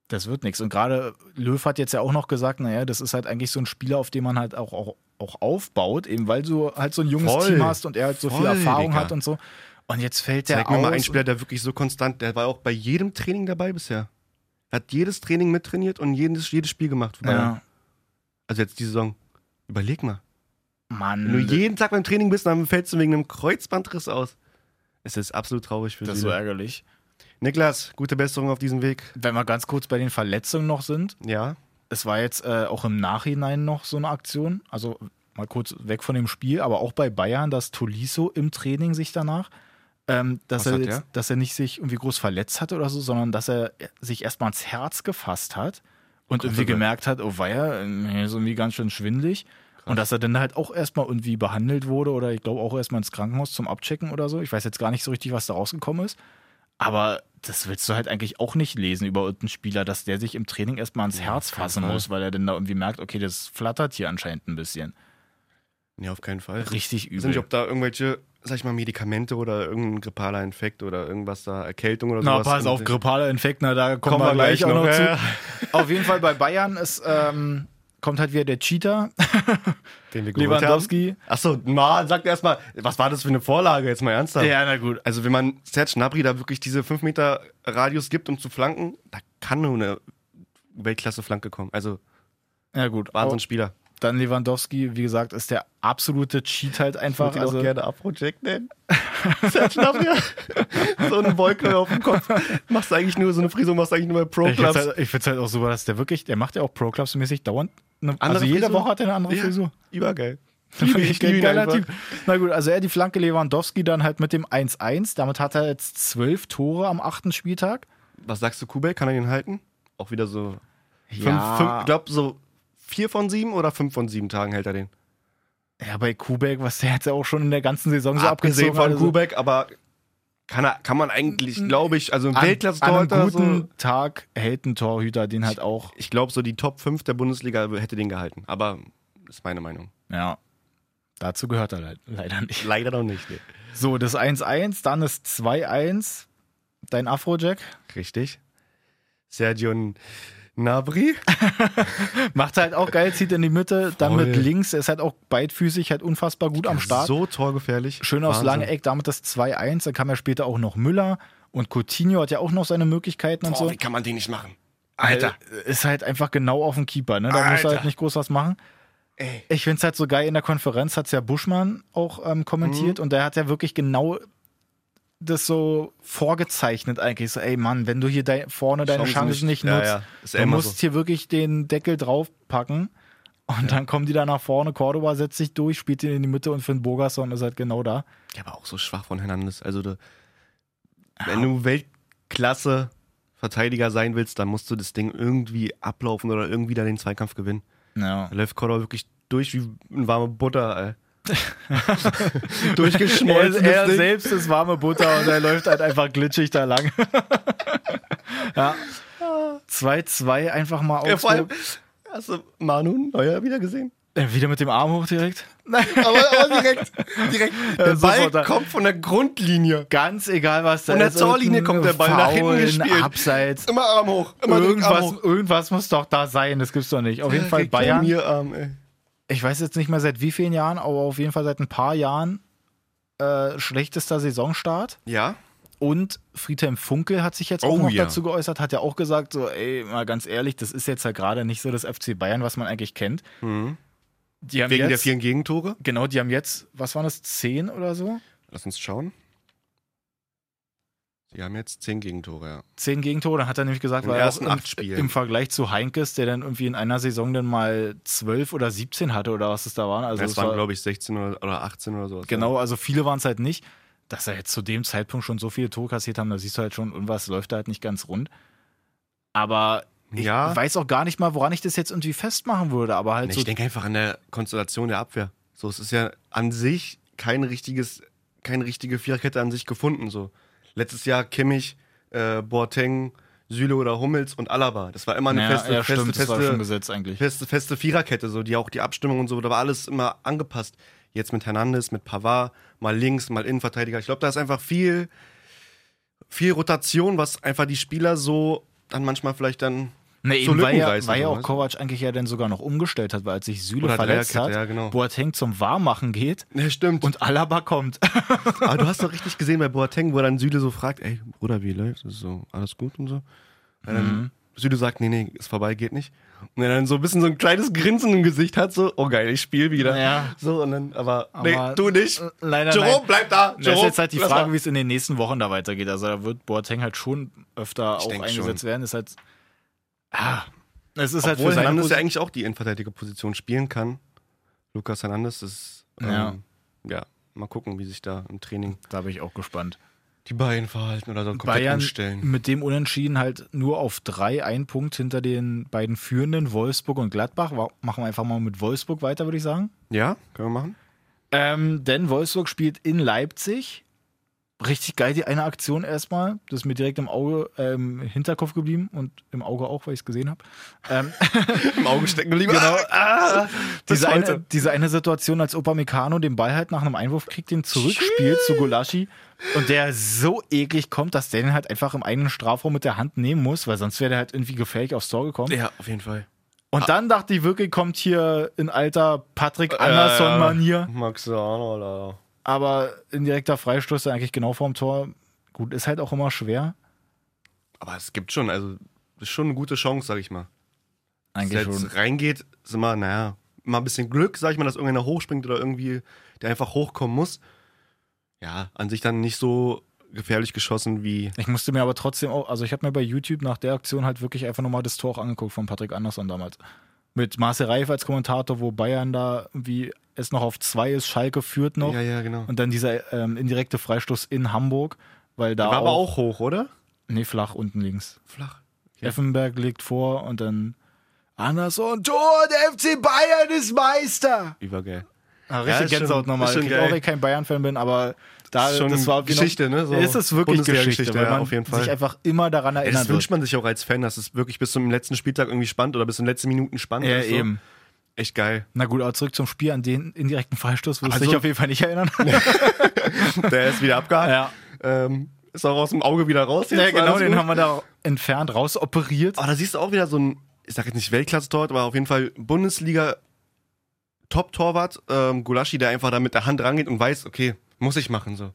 B: das wird nichts. Und gerade Löw hat jetzt ja auch noch gesagt, naja, das ist halt eigentlich so ein Spieler, auf dem man halt auch, auch, auch aufbaut, eben weil du halt so ein junges
C: Voll.
B: Team hast und er halt so viel
C: Voll,
B: Erfahrung
C: Digga.
B: hat und so. Und jetzt fällt der
C: Zeig mir
B: aus.
C: mal einen Spieler, der wirklich so konstant, der war auch bei jedem Training dabei bisher. Er hat jedes Training mittrainiert und jedes, jedes Spiel gemacht für Bayern.
B: ja,
C: Also jetzt die Saison. Überleg mal. Wenn du
B: Mann,
C: jeden Tag beim Training bist, dann fällst du wegen einem Kreuzbandriss aus. Es ist absolut traurig für
B: das ist so
C: sie.
B: ärgerlich.
C: Niklas, gute Besserung auf diesem Weg.
B: Wenn wir ganz kurz bei den Verletzungen noch sind,
C: Ja,
B: es war jetzt äh, auch im Nachhinein noch so eine Aktion, also mal kurz weg von dem Spiel, aber auch bei Bayern, dass Tolisso im Training sich danach, ähm, dass,
C: Was
B: er
C: hat
B: jetzt,
C: der?
B: dass er nicht sich irgendwie groß verletzt hatte oder so, sondern dass er sich erstmal ans Herz gefasst hat und
C: Gott sei
B: irgendwie
C: Dank.
B: gemerkt hat, oh weia, mir ist irgendwie ganz schön schwindelig. Und dass er dann halt auch erstmal irgendwie behandelt wurde oder ich glaube auch erstmal ins Krankenhaus zum Abchecken oder so. Ich weiß jetzt gar nicht so richtig, was da rausgekommen ist. Aber das willst du halt eigentlich auch nicht lesen über irgendeinen Spieler, dass der sich im Training erstmal ans Herz
C: keinen
B: fassen
C: Fall.
B: muss, weil er dann da irgendwie merkt, okay, das flattert hier anscheinend ein bisschen.
C: nee, auf keinen Fall.
B: Richtig
C: Ich weiß nicht,
B: übel.
C: ob da irgendwelche, sag ich mal, Medikamente oder irgendein grippaler Infekt oder irgendwas da, Erkältung oder
B: Na,
C: sowas.
B: pass auf, grippaler Infekt, na, da kommen, wir gleich, auch noch zu.
C: Ja,
B: Auf jeden Fall bei Bayern ist, ähm, kommt halt wieder der Cheater,
C: Den wir geholt haben.
B: Lewandowski.
C: Achso, mal, sagt erstmal, was war das für eine Vorlage, jetzt mal ernsthaft.
B: Ja, na gut.
C: Also, wenn man Serge Gnabry da wirklich diese 5 Meter Radius gibt, um zu flanken, da kann nur eine Weltklasse-Flanke kommen. Also,
B: Ja, gut.
C: Wahnsinnsspieler.
B: Dann Lewandowski, wie gesagt, ist der absolute Cheat halt einfach. Also,
C: Abprojekt nennen. Serge Gnabry. so einen Wolke auf dem Kopf. Machst du eigentlich nur so eine Frisur, machst du eigentlich nur bei
B: ich finde
C: Pro-Clubs.
B: es halt, ich find's halt auch super, dass der wirklich, der macht ja auch Pro-Clubs-mäßig dauernd. Eine,
C: Andere
B: also jede
C: Frisur?
B: Woche hat er eine andere
C: Ja.
B: Frisur.
C: Übergeil.
B: Wirklich ein geiler
C: einfach.
B: Typ. Na gut, also er die Flanke Lewandowski dann halt mit dem 1-1. Damit hat er jetzt zwölf Tore am achten Spieltag.
C: Was sagst du, Kubel? Kann er den halten? Auch wieder so. Fünf,
B: Ja.
C: fünf, glaub, so vier von sieben oder fünf von sieben Tagen hält er den.
B: Ja, bei Kubek, was der jetzt ja auch schon in der ganzen Saison so
C: Abgesehen
B: abgezogen
C: von
B: hat, also
C: Kubek, aber kann, er, kann man eigentlich,
B: Mhm.
C: glaube ich, also ein
B: an- An
C: Weltklasse-Torhüter. also-
B: einem guten
C: So,
B: Tag hält ein Torhüter den halt auch.
C: ich glaube, so die Top 5 der Bundesliga hätte den gehalten. Aber ist meine Meinung.
B: Ja. Dazu gehört er leid- leider nicht.
C: Leider noch nicht. Nee.
B: So, das 1-1, dann das 2-1. Dein Afrojack
C: Richtig. Sergio Nabri.
B: macht halt auch geil, zieht in die Mitte, dann
C: Voll.
B: mit links, ist halt auch beidfüßig, halt unfassbar gut am Start.
C: So torgefährlich.
B: Schön aufs
C: Wahnsinn.
B: lange Eck, damit das 2-1. Dann kam ja später auch noch Müller und Coutinho hat ja auch noch seine Möglichkeiten und
C: Boah,
B: so.
C: wie kann man den nicht machen? Alter.
B: Ist halt einfach genau auf dem Keeper, ne? Da muss er
C: Alter.
B: halt nicht groß was machen.
C: Ey.
B: Ich finde es halt so geil, in der Konferenz hat es ja Buschmann auch ähm,
C: Mhm.
B: kommentiert und der hat ja wirklich genau das so vorgezeichnet eigentlich. So, ey Mann, wenn du hier dei- vorne deine
C: Chancen
B: Chancen nicht,
C: nicht- ja,
B: nutzt,
C: ja. Ist ja
B: du
C: immer
B: musst
C: so.
B: hier wirklich den Deckel draufpacken und dann kommen die da nach vorne. Cordoba setzt sich durch, spielt ihn in die Mitte und Finn Bogerson ist halt genau da.
C: Der war auch so schwach von Hernandez. Also, du, wenn du Weltklasse Verteidiger sein willst, dann musst du das Ding irgendwie ablaufen oder irgendwie da den Zweikampf gewinnen.
B: Ja.
C: Da läuft Cordor wirklich durch wie eine warme Butter, ey. Durchgeschmolzen.
B: er er
C: das Ding.
B: selbst ist warme Butter und er läuft halt einfach glitschig da lang. ja. 2-2 einfach mal
C: ja, vor allem,
B: Augsburg.
C: hast du Manu Neuer wieder gesehen?
B: Äh, Wieder mit dem Arm hoch direkt.
C: Aber, aber direkt, direkt. Der Ball
B: sofort da.
C: kommt von der Grundlinie.
B: Ganz egal, was da
C: Von der
B: ist. Irgendein
C: Torlinie kommt der Ball nach hinten
B: Foul,
C: gespielt.
B: Abseits.
C: Immer Arm hoch. Immer direkt Arm
B: Irgendwas,
C: hoch. Äh,
B: irgendwas muss doch da sein, das gibt's doch nicht. Auf jeden Fall
C: Direkt an
B: Bayern.
C: Mir Arm, ey.
B: Ich weiß jetzt nicht mehr seit wie vielen Jahren, aber auf jeden Fall seit ein paar Jahren äh, schlechtester Saisonstart.
C: Ja.
B: Und Friedhelm Funkel hat sich jetzt
C: Oh
B: auch noch
C: ja.
B: dazu geäußert, hat ja auch gesagt, so, ey, mal ganz ehrlich, das ist jetzt ja gerade nicht so das FC Bayern, was man eigentlich kennt. Die haben
C: Hm. Wegen der
B: jetzt,
C: vielen Gegentore.
B: Genau, die haben jetzt, was waren das, zehn oder so?
C: Lass uns schauen. Sie haben jetzt zehn Gegentore, ja.
B: Zehn Gegentore, dann hat er nämlich gesagt,
C: In den
B: weil er auch
C: ersten
B: im,
C: acht Spielen.
B: im Vergleich zu Heinkes, der dann irgendwie in einer Saison dann mal zwölf oder 17 hatte oder was es da waren. Also
C: das
B: es
C: waren,
B: war-
C: glaube ich, 16 oder, oder 18 oder sowas.
B: Genau, also viele waren es halt nicht. Dass er jetzt zu dem Zeitpunkt schon so viele Tore kassiert haben, da siehst du halt schon, irgendwas läuft da halt nicht ganz rund. Aber ich
C: Ja.
B: weiß auch gar nicht mal, woran ich das jetzt irgendwie festmachen würde. Aber halt
C: Nee,
B: so,
C: ich denke einfach an der Konstellation der Abwehr. So, es ist ja an sich kein richtiges, keine richtige Viererkette an sich gefunden. So. Letztes Jahr Kimmich, äh, Boateng, Süle oder Hummels und Alaba. Das war immer eine
B: ja,
C: feste,
B: ja,
C: feste,
B: stimmt, das war schon
C: feste,
B: gesetzt eigentlich.
C: feste, feste Viererkette, so, die auch die Abstimmung und so, da war alles immer angepasst. Jetzt mit Hernandez, mit Pavard, mal links, mal Innenverteidiger. Ich glaube, da ist einfach viel, viel Rotation, was einfach die Spieler so dann manchmal vielleicht dann
B: Nee,
C: zu
B: eben, weil ja,
C: Lückenreißen,
B: weil ja
C: so,
B: auch
C: weißt du?
B: Kovac eigentlich ja dann sogar noch umgestellt hat, weil als sich Süle
C: Oder
B: verletzt hat,
C: Dreierkette, ja, genau.
B: Boateng zum Warmmachen geht
C: Ja, stimmt.
B: und Alaba kommt.
C: Aber du hast doch richtig gesehen bei Boateng, wo dann Süle so fragt, ey, Bruder, wie läuft's? Ist so, alles gut und so. Weil dann
B: Mhm.
C: Süle sagt, nee, nee, ist vorbei, geht nicht. Und er dann so ein bisschen so ein kleines Grinsen im Gesicht hat, so, oh geil, ich spiel wieder.
B: Ja.
C: So, und dann, aber,
B: Aber-
C: nee, du nicht.
B: Äh, Leider
C: Jerome,
B: nein.
C: bleib da.
B: Das ist
C: Jerome,
B: jetzt halt die
C: lass
B: Frage,
C: mal.
B: wie es in den nächsten Wochen da weitergeht. Also da wird Boateng halt schon öfter auch
C: denk
B: eingesetzt werden. Ist halt. Ah, es ist halt
C: Obwohl
B: für seine
C: Hernandez ja
B: Posi-
C: eigentlich auch die innenverteidige Position spielen kann. Lukas Hernandez ist, ähm,
B: Ja.
C: ja. mal gucken, wie sich da im Training
B: Da bin ich auch gespannt.
C: die Bayern verhalten oder so komplett
B: Bayern
C: umstellen.
B: mit dem Unentschieden halt nur auf drei, ein Punkt hinter den beiden führenden Wolfsburg und Gladbach. Wa- Machen wir einfach mal mit Wolfsburg weiter, würde ich sagen.
C: Ja, können wir machen?
B: Ähm, denn Wolfsburg spielt in Leipzig. Richtig geil, die eine Aktion erstmal. Das ist mir direkt im Auge, äh, im Hinterkopf geblieben und im Auge auch, weil ich es gesehen habe. Ähm,
C: Im Augen stecken geblieben.
B: Genau.
C: Ah, bis
B: diese,
C: heute.
B: eine, diese eine Situation, als Upamecano den Ball halt nach einem Einwurf kriegt, den zurückspielt zu Gulaschi und der so eklig kommt, dass der den halt einfach im eigenen Strafraum mit der Hand nehmen muss, weil sonst wäre der halt irgendwie gefährlich aufs Tor gekommen.
C: Ja, auf jeden Fall.
B: Und dann dachte ich wirklich, kommt hier in alter Patrick
C: ja.
B: Anderson-Manier,
C: Max Arnold, Alter.
B: aber indirekter Freistoß dann eigentlich genau vorm Tor. Gut, ist halt auch immer schwer.
C: Aber es gibt schon, also ist schon eine gute Chance, sag ich mal. Wenn
B: Eigentlich schon.
C: es reingeht, ist immer, naja, mal ein bisschen Glück, sag ich mal, dass irgendeiner hochspringt oder irgendwie, der einfach hochkommen muss. Ja, an sich dann nicht so gefährlich geschossen wie.
B: Ich musste mir aber trotzdem auch, also ich habe mir bei YouTube nach der Aktion halt wirklich einfach nochmal das Tor auch angeguckt von Patrick Andersson damals. Mit Marcel Reif als Kommentator, wo Bayern da irgendwie es noch auf zwei ist, Schalke führt noch.
C: Ja, ja, genau.
B: Und dann dieser ähm, indirekte Freistoß in Hamburg, weil da.
C: War aber
B: auch,
C: auch hoch, oder?
B: Nee, flach unten links.
C: Flach.
B: Effenberg legt vor und dann. Andersson, Tor, der FC Bayern ist Meister!
C: Übergeil.
B: Ah,
C: Ja,
B: richtig
C: ist schon-
B: Gänsehaut nochmal.
C: ist schon
B: Ich
C: geil.
B: auch wenn ich kein Bayern-Fan bin, aber da,
C: Ist schon
B: das war
C: Geschichte, ne? So
B: ist es wirklich
C: Bundesliga-Geschichte,
B: Geschichte, weil
C: ja,
B: man
C: auf jeden Fall.
B: sich einfach immer daran
C: Ey,
B: erinnert.
C: das
B: wird.
C: wünscht man sich auch als Fan, dass es wirklich bis zum letzten Spieltag irgendwie spannend oder bis zum letzten Minuten spannend
B: Ja,
C: ist. so.
B: eben.
C: Echt geil.
B: Na gut, aber zurück zum Spiel, an den indirekten Freistoß wirst du
C: Also-
B: dich auf jeden Fall nicht erinnern.
C: Der ist wieder abgehakt. Ähm, ist auch aus dem Auge wieder raus.
B: ja, genau, den
C: haben wir.
B: haben wir da entfernt, rausoperiert.
C: Aber Ah, da siehst du auch wieder so ein, ich sag jetzt nicht Weltklasse-Torwart, aber auf jeden Fall Bundesliga-Top-Torwart, ähm, Gulaschi, der einfach da mit der Hand rangeht und weiß, okay, muss ich machen so.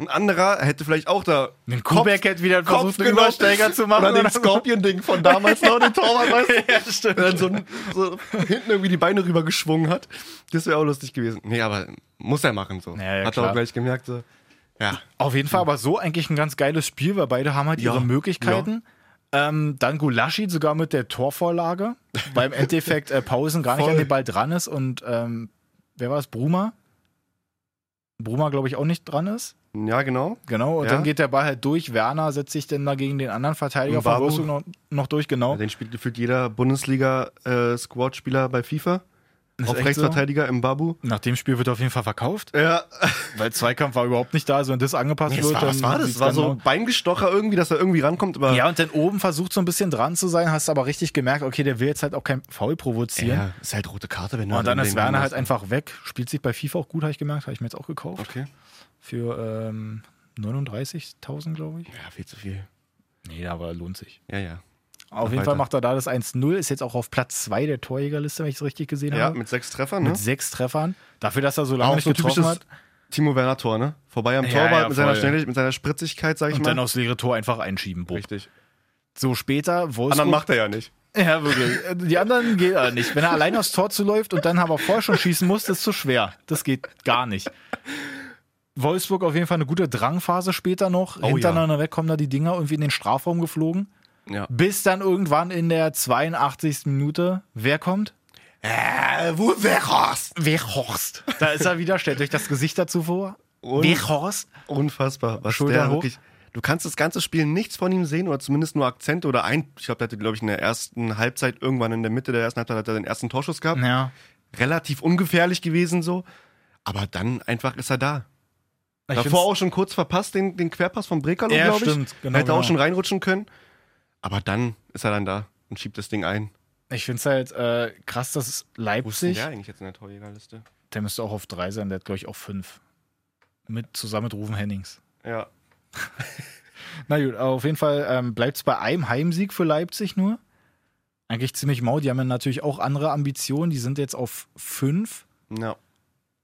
C: Ein anderer hätte vielleicht auch da
B: Den
C: Kopf-
B: Kubek hätte wieder
C: Kopf
B: versucht, einen
C: genommen
B: Übersteiger zu machen.
C: oder den
B: oder so.
C: Scorpion-Ding von damals noch, den Torwart, weißt du?
B: ja, stimmt.
C: Und dann so, so hinten irgendwie die Beine rübergeschwungen hat. Das wäre auch lustig gewesen. Nee, aber muss er machen so.
B: Ja, ja,
C: hat er
B: klar.
C: auch gleich gemerkt so. Ja.
B: Auf jeden Fall aber so eigentlich ein ganz geiles Spiel, weil beide haben halt
C: Ja,
B: ihre Möglichkeiten. Ähm, dann Gulaschi sogar mit der Torvorlage, weil im Endeffekt äh, Pausen gar nicht
C: Voll.
B: an den Ball dran ist und ähm, wer war es? Bruma? Bruma, glaube ich, auch nicht dran ist.
C: Ja, genau.
B: Genau, und
C: Ja.
B: dann geht der Ball halt durch. Werner setzt sich dann da gegen den anderen Verteidiger
C: Und
B: von
C: Babu?
B: Wolfsburg noch, noch durch, genau.
C: Den spielt gefühlt jeder Bundesliga-Squad-Spieler bei FIFA.
B: Ist
C: Auf
B: echt
C: Rechtsverteidiger im Babu.
B: So. Nach dem Spiel wird auf jeden Fall verkauft,
C: Ja,
B: weil Zweikampf war überhaupt nicht da. Also wenn das angepasst
C: Nee, es
B: wird,
C: war,
B: dann
C: was war das?
B: sieht's
C: War
B: genau-
C: so Beingestocher irgendwie, dass er irgendwie rankommt. Aber
B: Ja, und dann oben versucht so ein bisschen dran zu sein, hast aber richtig gemerkt, okay, der will jetzt halt auch kein Foul provozieren.
C: Ja, ist halt rote Karte, wenn du
B: Und dann
C: den
B: ist Werner halt
C: hast.
B: einfach weg. Spielt sich bei FIFA auch gut, habe ich gemerkt. Habe ich mir jetzt auch gekauft.
C: Okay.
B: Für ähm, 39.000, glaube ich.
C: Ja, viel zu viel.
B: Nee, aber lohnt sich.
C: Ja, ja.
B: Auf
C: Mach
B: jeden
C: weiter.
B: Fall macht er da das 1-0. Ist jetzt auch auf Platz 2 der Torjägerliste, wenn ich es richtig gesehen
C: Ja,
B: habe.
C: mit sechs Treffern, ne?
B: Mit sechs Treffern. Dafür, dass er so lange
C: Auch
B: nicht
C: so
B: getroffen
C: typisches
B: hat.
C: Timo Werner Tor, ne? Vorbei am
B: Ja,
C: Torwart
B: ja,
C: mit seiner
B: voll.
C: Schnelligkeit, mit seiner Spritzigkeit, sag ich
B: Und
C: mal.
B: dann aufs leere Tor einfach einschieben, Bob.
C: Richtig.
B: So später,
C: Anderen
B: Wolfsburg.
C: macht er ja nicht.
B: Ja, wirklich. Die anderen geht er nicht. Wenn er allein aufs Tor zuläuft und dann aber vorher schon schießen muss, das ist zu schwer. Das geht gar nicht. Wolfsburg auf jeden Fall eine gute Drangphase später noch.
C: Oh ja.
B: Hintereinander weg kommen da die Dinger irgendwie in den Strafraum geflogen.
C: Ja.
B: Bis dann irgendwann in der 82. Minute, wer kommt?
C: Äh, wo wär's?
B: Wechhorst. Da ist er wieder, stellt euch das Gesicht dazu vor.
C: Und-
B: Wechhorst.
C: Unfassbar. Was
B: Schultern
C: der
B: hoch.
C: wirklich. Du kannst das ganze Spiel nichts von ihm sehen oder zumindest nur Akzente oder ein. Ich glaube, der hatte, glaube ich, in der ersten Halbzeit, irgendwann in der Mitte der ersten Halbzeit, hat er den ersten Torschuss gehabt.
B: Ja.
C: Relativ ungefährlich gewesen so. Aber dann einfach ist er da.
B: Ich
C: Davor auch schon kurz verpasst, den, den Querpass von Brekalo,
B: Ja,
C: glaube ich.
B: stimmt, genau,
C: Hätte
B: genau.
C: auch schon reinrutschen können. Aber dann ist er dann da und schiebt das Ding ein.
B: Ich finde es halt äh, krass, dass Leipzig.
C: der eigentlich jetzt in der Torjägerliste?
B: Der müsste auch auf drei sein, der hat, glaube ich, auch fünf. Mit, zusammen mit Rufen Hennings.
C: Ja.
B: Na gut, aber auf jeden Fall ähm, bleibt es bei einem Heimsieg für Leipzig nur. Eigentlich ziemlich mau. Die haben ja natürlich auch andere Ambitionen. Die sind jetzt auf fünf.
C: Ja,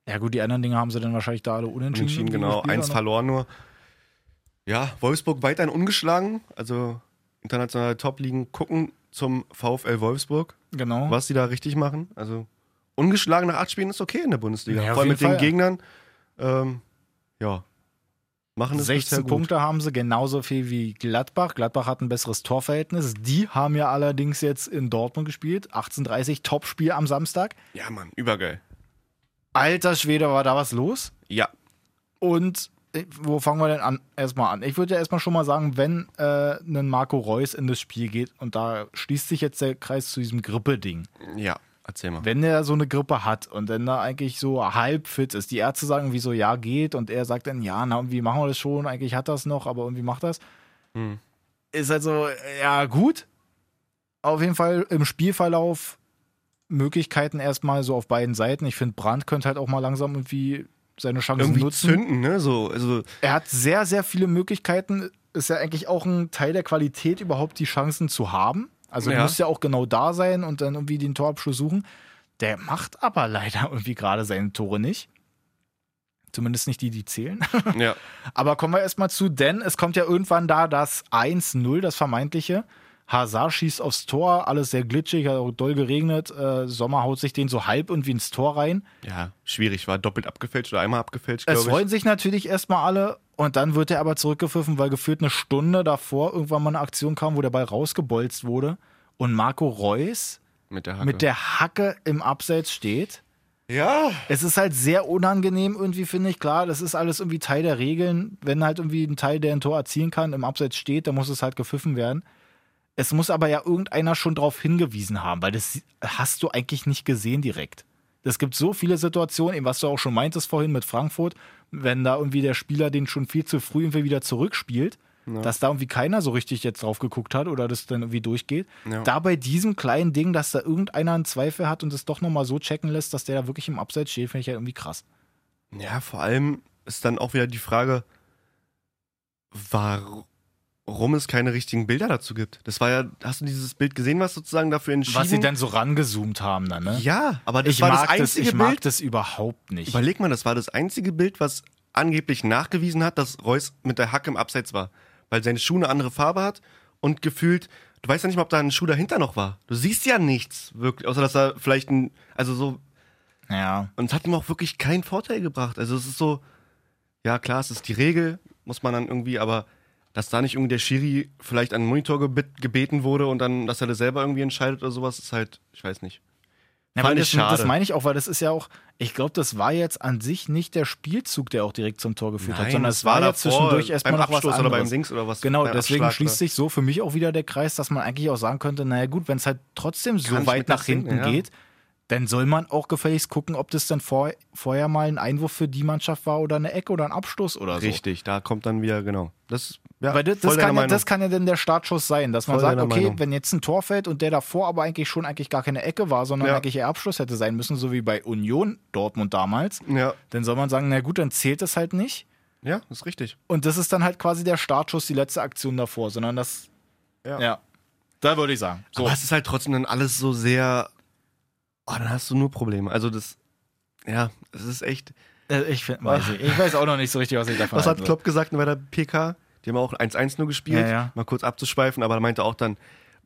B: Ja, gut, die anderen Dinge haben sie dann wahrscheinlich da alle unentschieden.
C: unentschieden,
B: irgendwie
C: genau.
B: gespielt
C: Eins
B: oder noch.
C: verloren nur. Ja, Wolfsburg weiterhin ungeschlagen. Also internationale Top-Ligen gucken zum VfL Wolfsburg,
B: Genau.
C: was die da richtig machen. Also ungeschlagen nach acht Spielen ist okay in der Bundesliga.
B: Ja, auf
C: Vor allem
B: jeden
C: mit den
B: Fall, ja.
C: Gegnern. Ähm, ja. Machen das 16
B: 16
C: bisher gut.
B: Punkte haben sie, genauso viel wie Gladbach. Gladbach hat ein besseres Torverhältnis. Die haben ja allerdings jetzt in Dortmund gespielt. 18:30 Topspiel am Samstag.
C: Ja, Mann, übergeil.
B: Alter Schwede, war da was los?
C: Ja,
B: Und äh, wo fangen wir denn an? erstmal an? Ich würde ja erstmal schon mal sagen, wenn äh, ein Marco Reus in das Spiel geht und da schließt sich jetzt der Kreis zu diesem Grippe-Ding.
C: ja. Erzähl mal.
B: Wenn er so eine Grippe hat und dann da eigentlich so halb fit ist, die Ärzte sagen irgendwie so, ja, geht und er sagt dann, ja, na, irgendwie machen wir das schon, eigentlich hat das noch, aber irgendwie macht das.
C: Hm.
B: Ist halt so, ja, gut. Auf jeden Fall im Spielverlauf Möglichkeiten erstmal so auf beiden Seiten. Ich finde, Brandt könnte halt auch mal langsam irgendwie seine Chancen
C: Irgendwie
B: nutzen.
C: zünden, ne? So, also
B: Er hat sehr, sehr viele Möglichkeiten. Ist ja eigentlich auch ein Teil der Qualität, überhaupt die Chancen zu haben. Also du
C: Ja.
B: musst ja auch genau da sein und dann irgendwie den Torabschluss suchen. Der macht aber leider irgendwie gerade seine Tore nicht. Zumindest nicht die, die zählen.
C: ja.
B: Aber kommen wir erstmal zu, denn es kommt ja irgendwann da das 1-0, das vermeintliche. Hazard schießt aufs Tor, alles sehr glitschig, hat auch doll geregnet. Äh, Sommer haut sich den so halb irgendwie ins Tor rein.
C: Ja, schwierig. War doppelt abgefälscht oder einmal abgefälscht,
B: Es
C: glaube ich.
B: freuen sich natürlich erstmal alle und dann wird er aber zurückgepfiffen, weil gefühlt eine Stunde davor irgendwann mal eine Aktion kam, wo der Ball rausgebolzt wurde und Marco Reus
C: Mit der Hacke.
B: mit der Hacke im Abseits steht.
C: ja.
B: Es ist halt sehr unangenehm irgendwie, finde ich. Klar, das ist alles irgendwie Teil der Regeln. Wenn halt irgendwie ein Teil, der ein Tor erzielen kann, im Abseits steht, dann muss es halt gepfiffen werden. Es muss aber ja irgendeiner schon darauf hingewiesen haben, weil das hast du eigentlich nicht gesehen direkt. Es gibt so viele Situationen, eben was du auch schon meintest vorhin mit Frankfurt, wenn da irgendwie der Spieler den schon viel zu früh irgendwie wieder zurückspielt, dass da irgendwie keiner so richtig jetzt drauf geguckt hat oder das dann irgendwie durchgeht.
C: Ja.
B: Da bei diesem kleinen Ding, dass da irgendeiner einen Zweifel hat und es doch nochmal so checken lässt, dass der da wirklich im Abseits steht, finde ich ja irgendwie krass.
C: Ja, vor allem ist dann auch wieder die Frage, warum es keine richtigen Bilder dazu gibt. Das war ja, hast du dieses Bild gesehen, was sozusagen dafür entschieden?
B: Was sie dann so rangezoomt haben dann, ne?
C: ja, aber das
B: ich
C: war das
B: mag das,
C: einzige
B: ich mag
C: Bild.
B: das überhaupt nicht.
C: Überleg mal, das war das einzige Bild, was angeblich nachgewiesen hat, dass Reus mit der Hacke im Abseits war, weil seine Schuhe eine andere Farbe hat und gefühlt, du weißt ja nicht mal, ob da ein Schuh dahinter noch war. Du siehst ja nichts wirklich, außer dass er vielleicht ein, also so
B: ja.
C: Und es hat ihm auch wirklich keinen Vorteil gebracht. Also es ist so, ja klar, es ist die Regel, muss man dann irgendwie, aber dass da nicht irgendwie der Schiri vielleicht an den Monitor gebet- gebeten wurde und dann, dass er das selber irgendwie entscheidet oder sowas, ist halt, ich weiß nicht.
B: Ja,
C: Fand
B: weil
C: ich
B: das,
C: schade.
B: das meine ich auch, weil das ist ja auch, ich glaube, das war jetzt an sich nicht der Spielzug, der auch direkt zum Tor geführt hat, sondern es war ja
C: davor,
B: zwischendurch erstmal
C: beim
B: noch was
C: Abstoß
B: anderes.
C: oder beim Dings oder was.
B: Genau,
C: beim
B: deswegen
C: Abschlag,
B: schließt
C: ne?
B: sich so für mich auch wieder der Kreis, dass man eigentlich auch sagen könnte, naja gut, wenn es halt trotzdem so
C: Kann ich mit
B: weit nach
C: das Ding,
B: hinten
C: ja.
B: geht, dann soll man auch gefälligst gucken, ob das dann vor, vorher mal ein Einwurf für die Mannschaft war oder eine Ecke oder ein Abstoß oder so.
C: Richtig, da kommt dann wieder, genau. Das, ja,
B: Weil das,
C: voll
B: das,
C: deiner
B: kann ja,
C: Meinung.
B: das kann ja dann der Startschuss sein, dass man
C: Voll
B: sagt,
C: deiner
B: okay,
C: Meinung.
B: wenn jetzt ein Tor fällt und der davor aber eigentlich schon eigentlich gar keine Ecke war, sondern
C: Ja.
B: eigentlich eher Abschluss hätte sein müssen, so wie bei Union Dortmund damals,
C: ja,
B: dann soll man sagen, na gut, dann zählt es halt nicht.
C: ja, das ist richtig.
B: Und das ist dann halt quasi der Startschuss, die letzte Aktion davor, sondern das.
C: Ja.
B: Ja. Da würde ich sagen. So.
C: Aber es ist halt trotzdem dann alles so sehr. Oh, dann hast du nur Probleme. Also das. Ja, es ist echt.
B: Äh, ich, find, weiß nicht. ich weiß auch noch nicht so richtig, was ich davon
C: Was hat
B: halten
C: Klopp gesagt bei der PK? Die haben auch 1-1 nur gespielt,
B: Ja, ja.
C: mal kurz abzuschweifen, aber er meinte auch dann,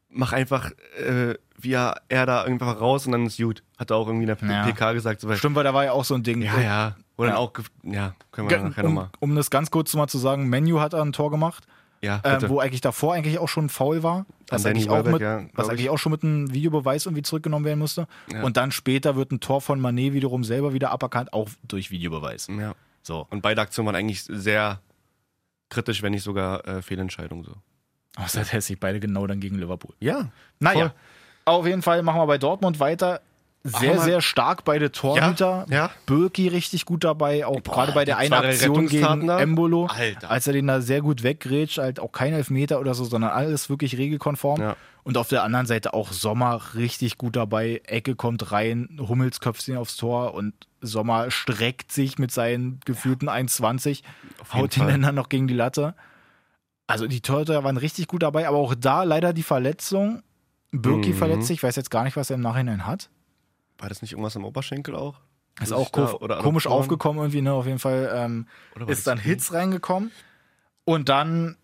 C: mach einfach äh, via er da einfach raus und dann ist gut. Hat er auch irgendwie in der
B: Ja.
C: PK gesagt. So,
B: will. Stimmt, weil da war ja auch so ein Ding.
C: Ja, ja. Oder
B: Ja.
C: dann auch, ge- ja, können wir
B: Ge-
C: nachher
B: Um,
C: nochmal.
B: um das ganz kurz mal zu sagen, Menu hat ein Tor gemacht.
C: Ja,
B: ähm,
C: bitte.
B: wo eigentlich davor eigentlich auch schon ein Foul war, was,
C: Danny
B: eigentlich auch,
C: Welbeck,
B: mit,
C: ja, glaub
B: was
C: ich.
B: eigentlich auch schon mit einem Videobeweis irgendwie zurückgenommen werden musste.
C: Ja.
B: Und dann später wird ein Tor von Manet wiederum selber wieder aberkannt, auch durch Videobeweis.
C: ja.
B: So.
C: Und beide Aktionen waren eigentlich sehr kritisch, wenn nicht sogar äh, Fehlentscheidungen so.
B: Außer dass sich beide genau dann gegen Liverpool.
C: Ja.
B: Naja,
C: Voll.
B: auf jeden Fall machen wir bei Dortmund weiter.
C: Ach,
B: Sehr,
C: mal-
B: sehr stark beide Torhüter.
C: ja.
B: Böki richtig gut dabei, auch gerade bei der
C: die
B: einen
C: zwei, drei
B: Aktion
C: Rettungstaten
B: gegen
C: da.
B: Embolo,
C: Alter.
B: als er den da sehr gut weggrätscht, halt auch kein Elfmeter oder so, sondern alles wirklich regelkonform.
C: Ja.
B: Und auf der anderen Seite auch Sommer richtig gut dabei, Ecke kommt rein, Hummels köpft ihn aufs Tor und Sommer streckt sich mit seinen gefühlten 1,20,
C: jeden
B: haut ihn
C: Fall.
B: dann dann noch gegen die Latte. Also die Torhüter waren richtig gut dabei, aber auch da leider die Verletzung. Birki
C: Mhm.
B: verletzt sich, ich weiß jetzt gar nicht, was er im Nachhinein hat.
C: War das nicht irgendwas am Oberschenkel auch?
B: Ist
C: Dass
B: auch
C: ich da-
B: ko-
C: oder
B: komisch
C: Adduktoren?
B: aufgekommen irgendwie, ne? Auf jeden Fall ähm,
C: Oder war das
B: ist dann
C: Knie?
B: Hits reingekommen. Und dann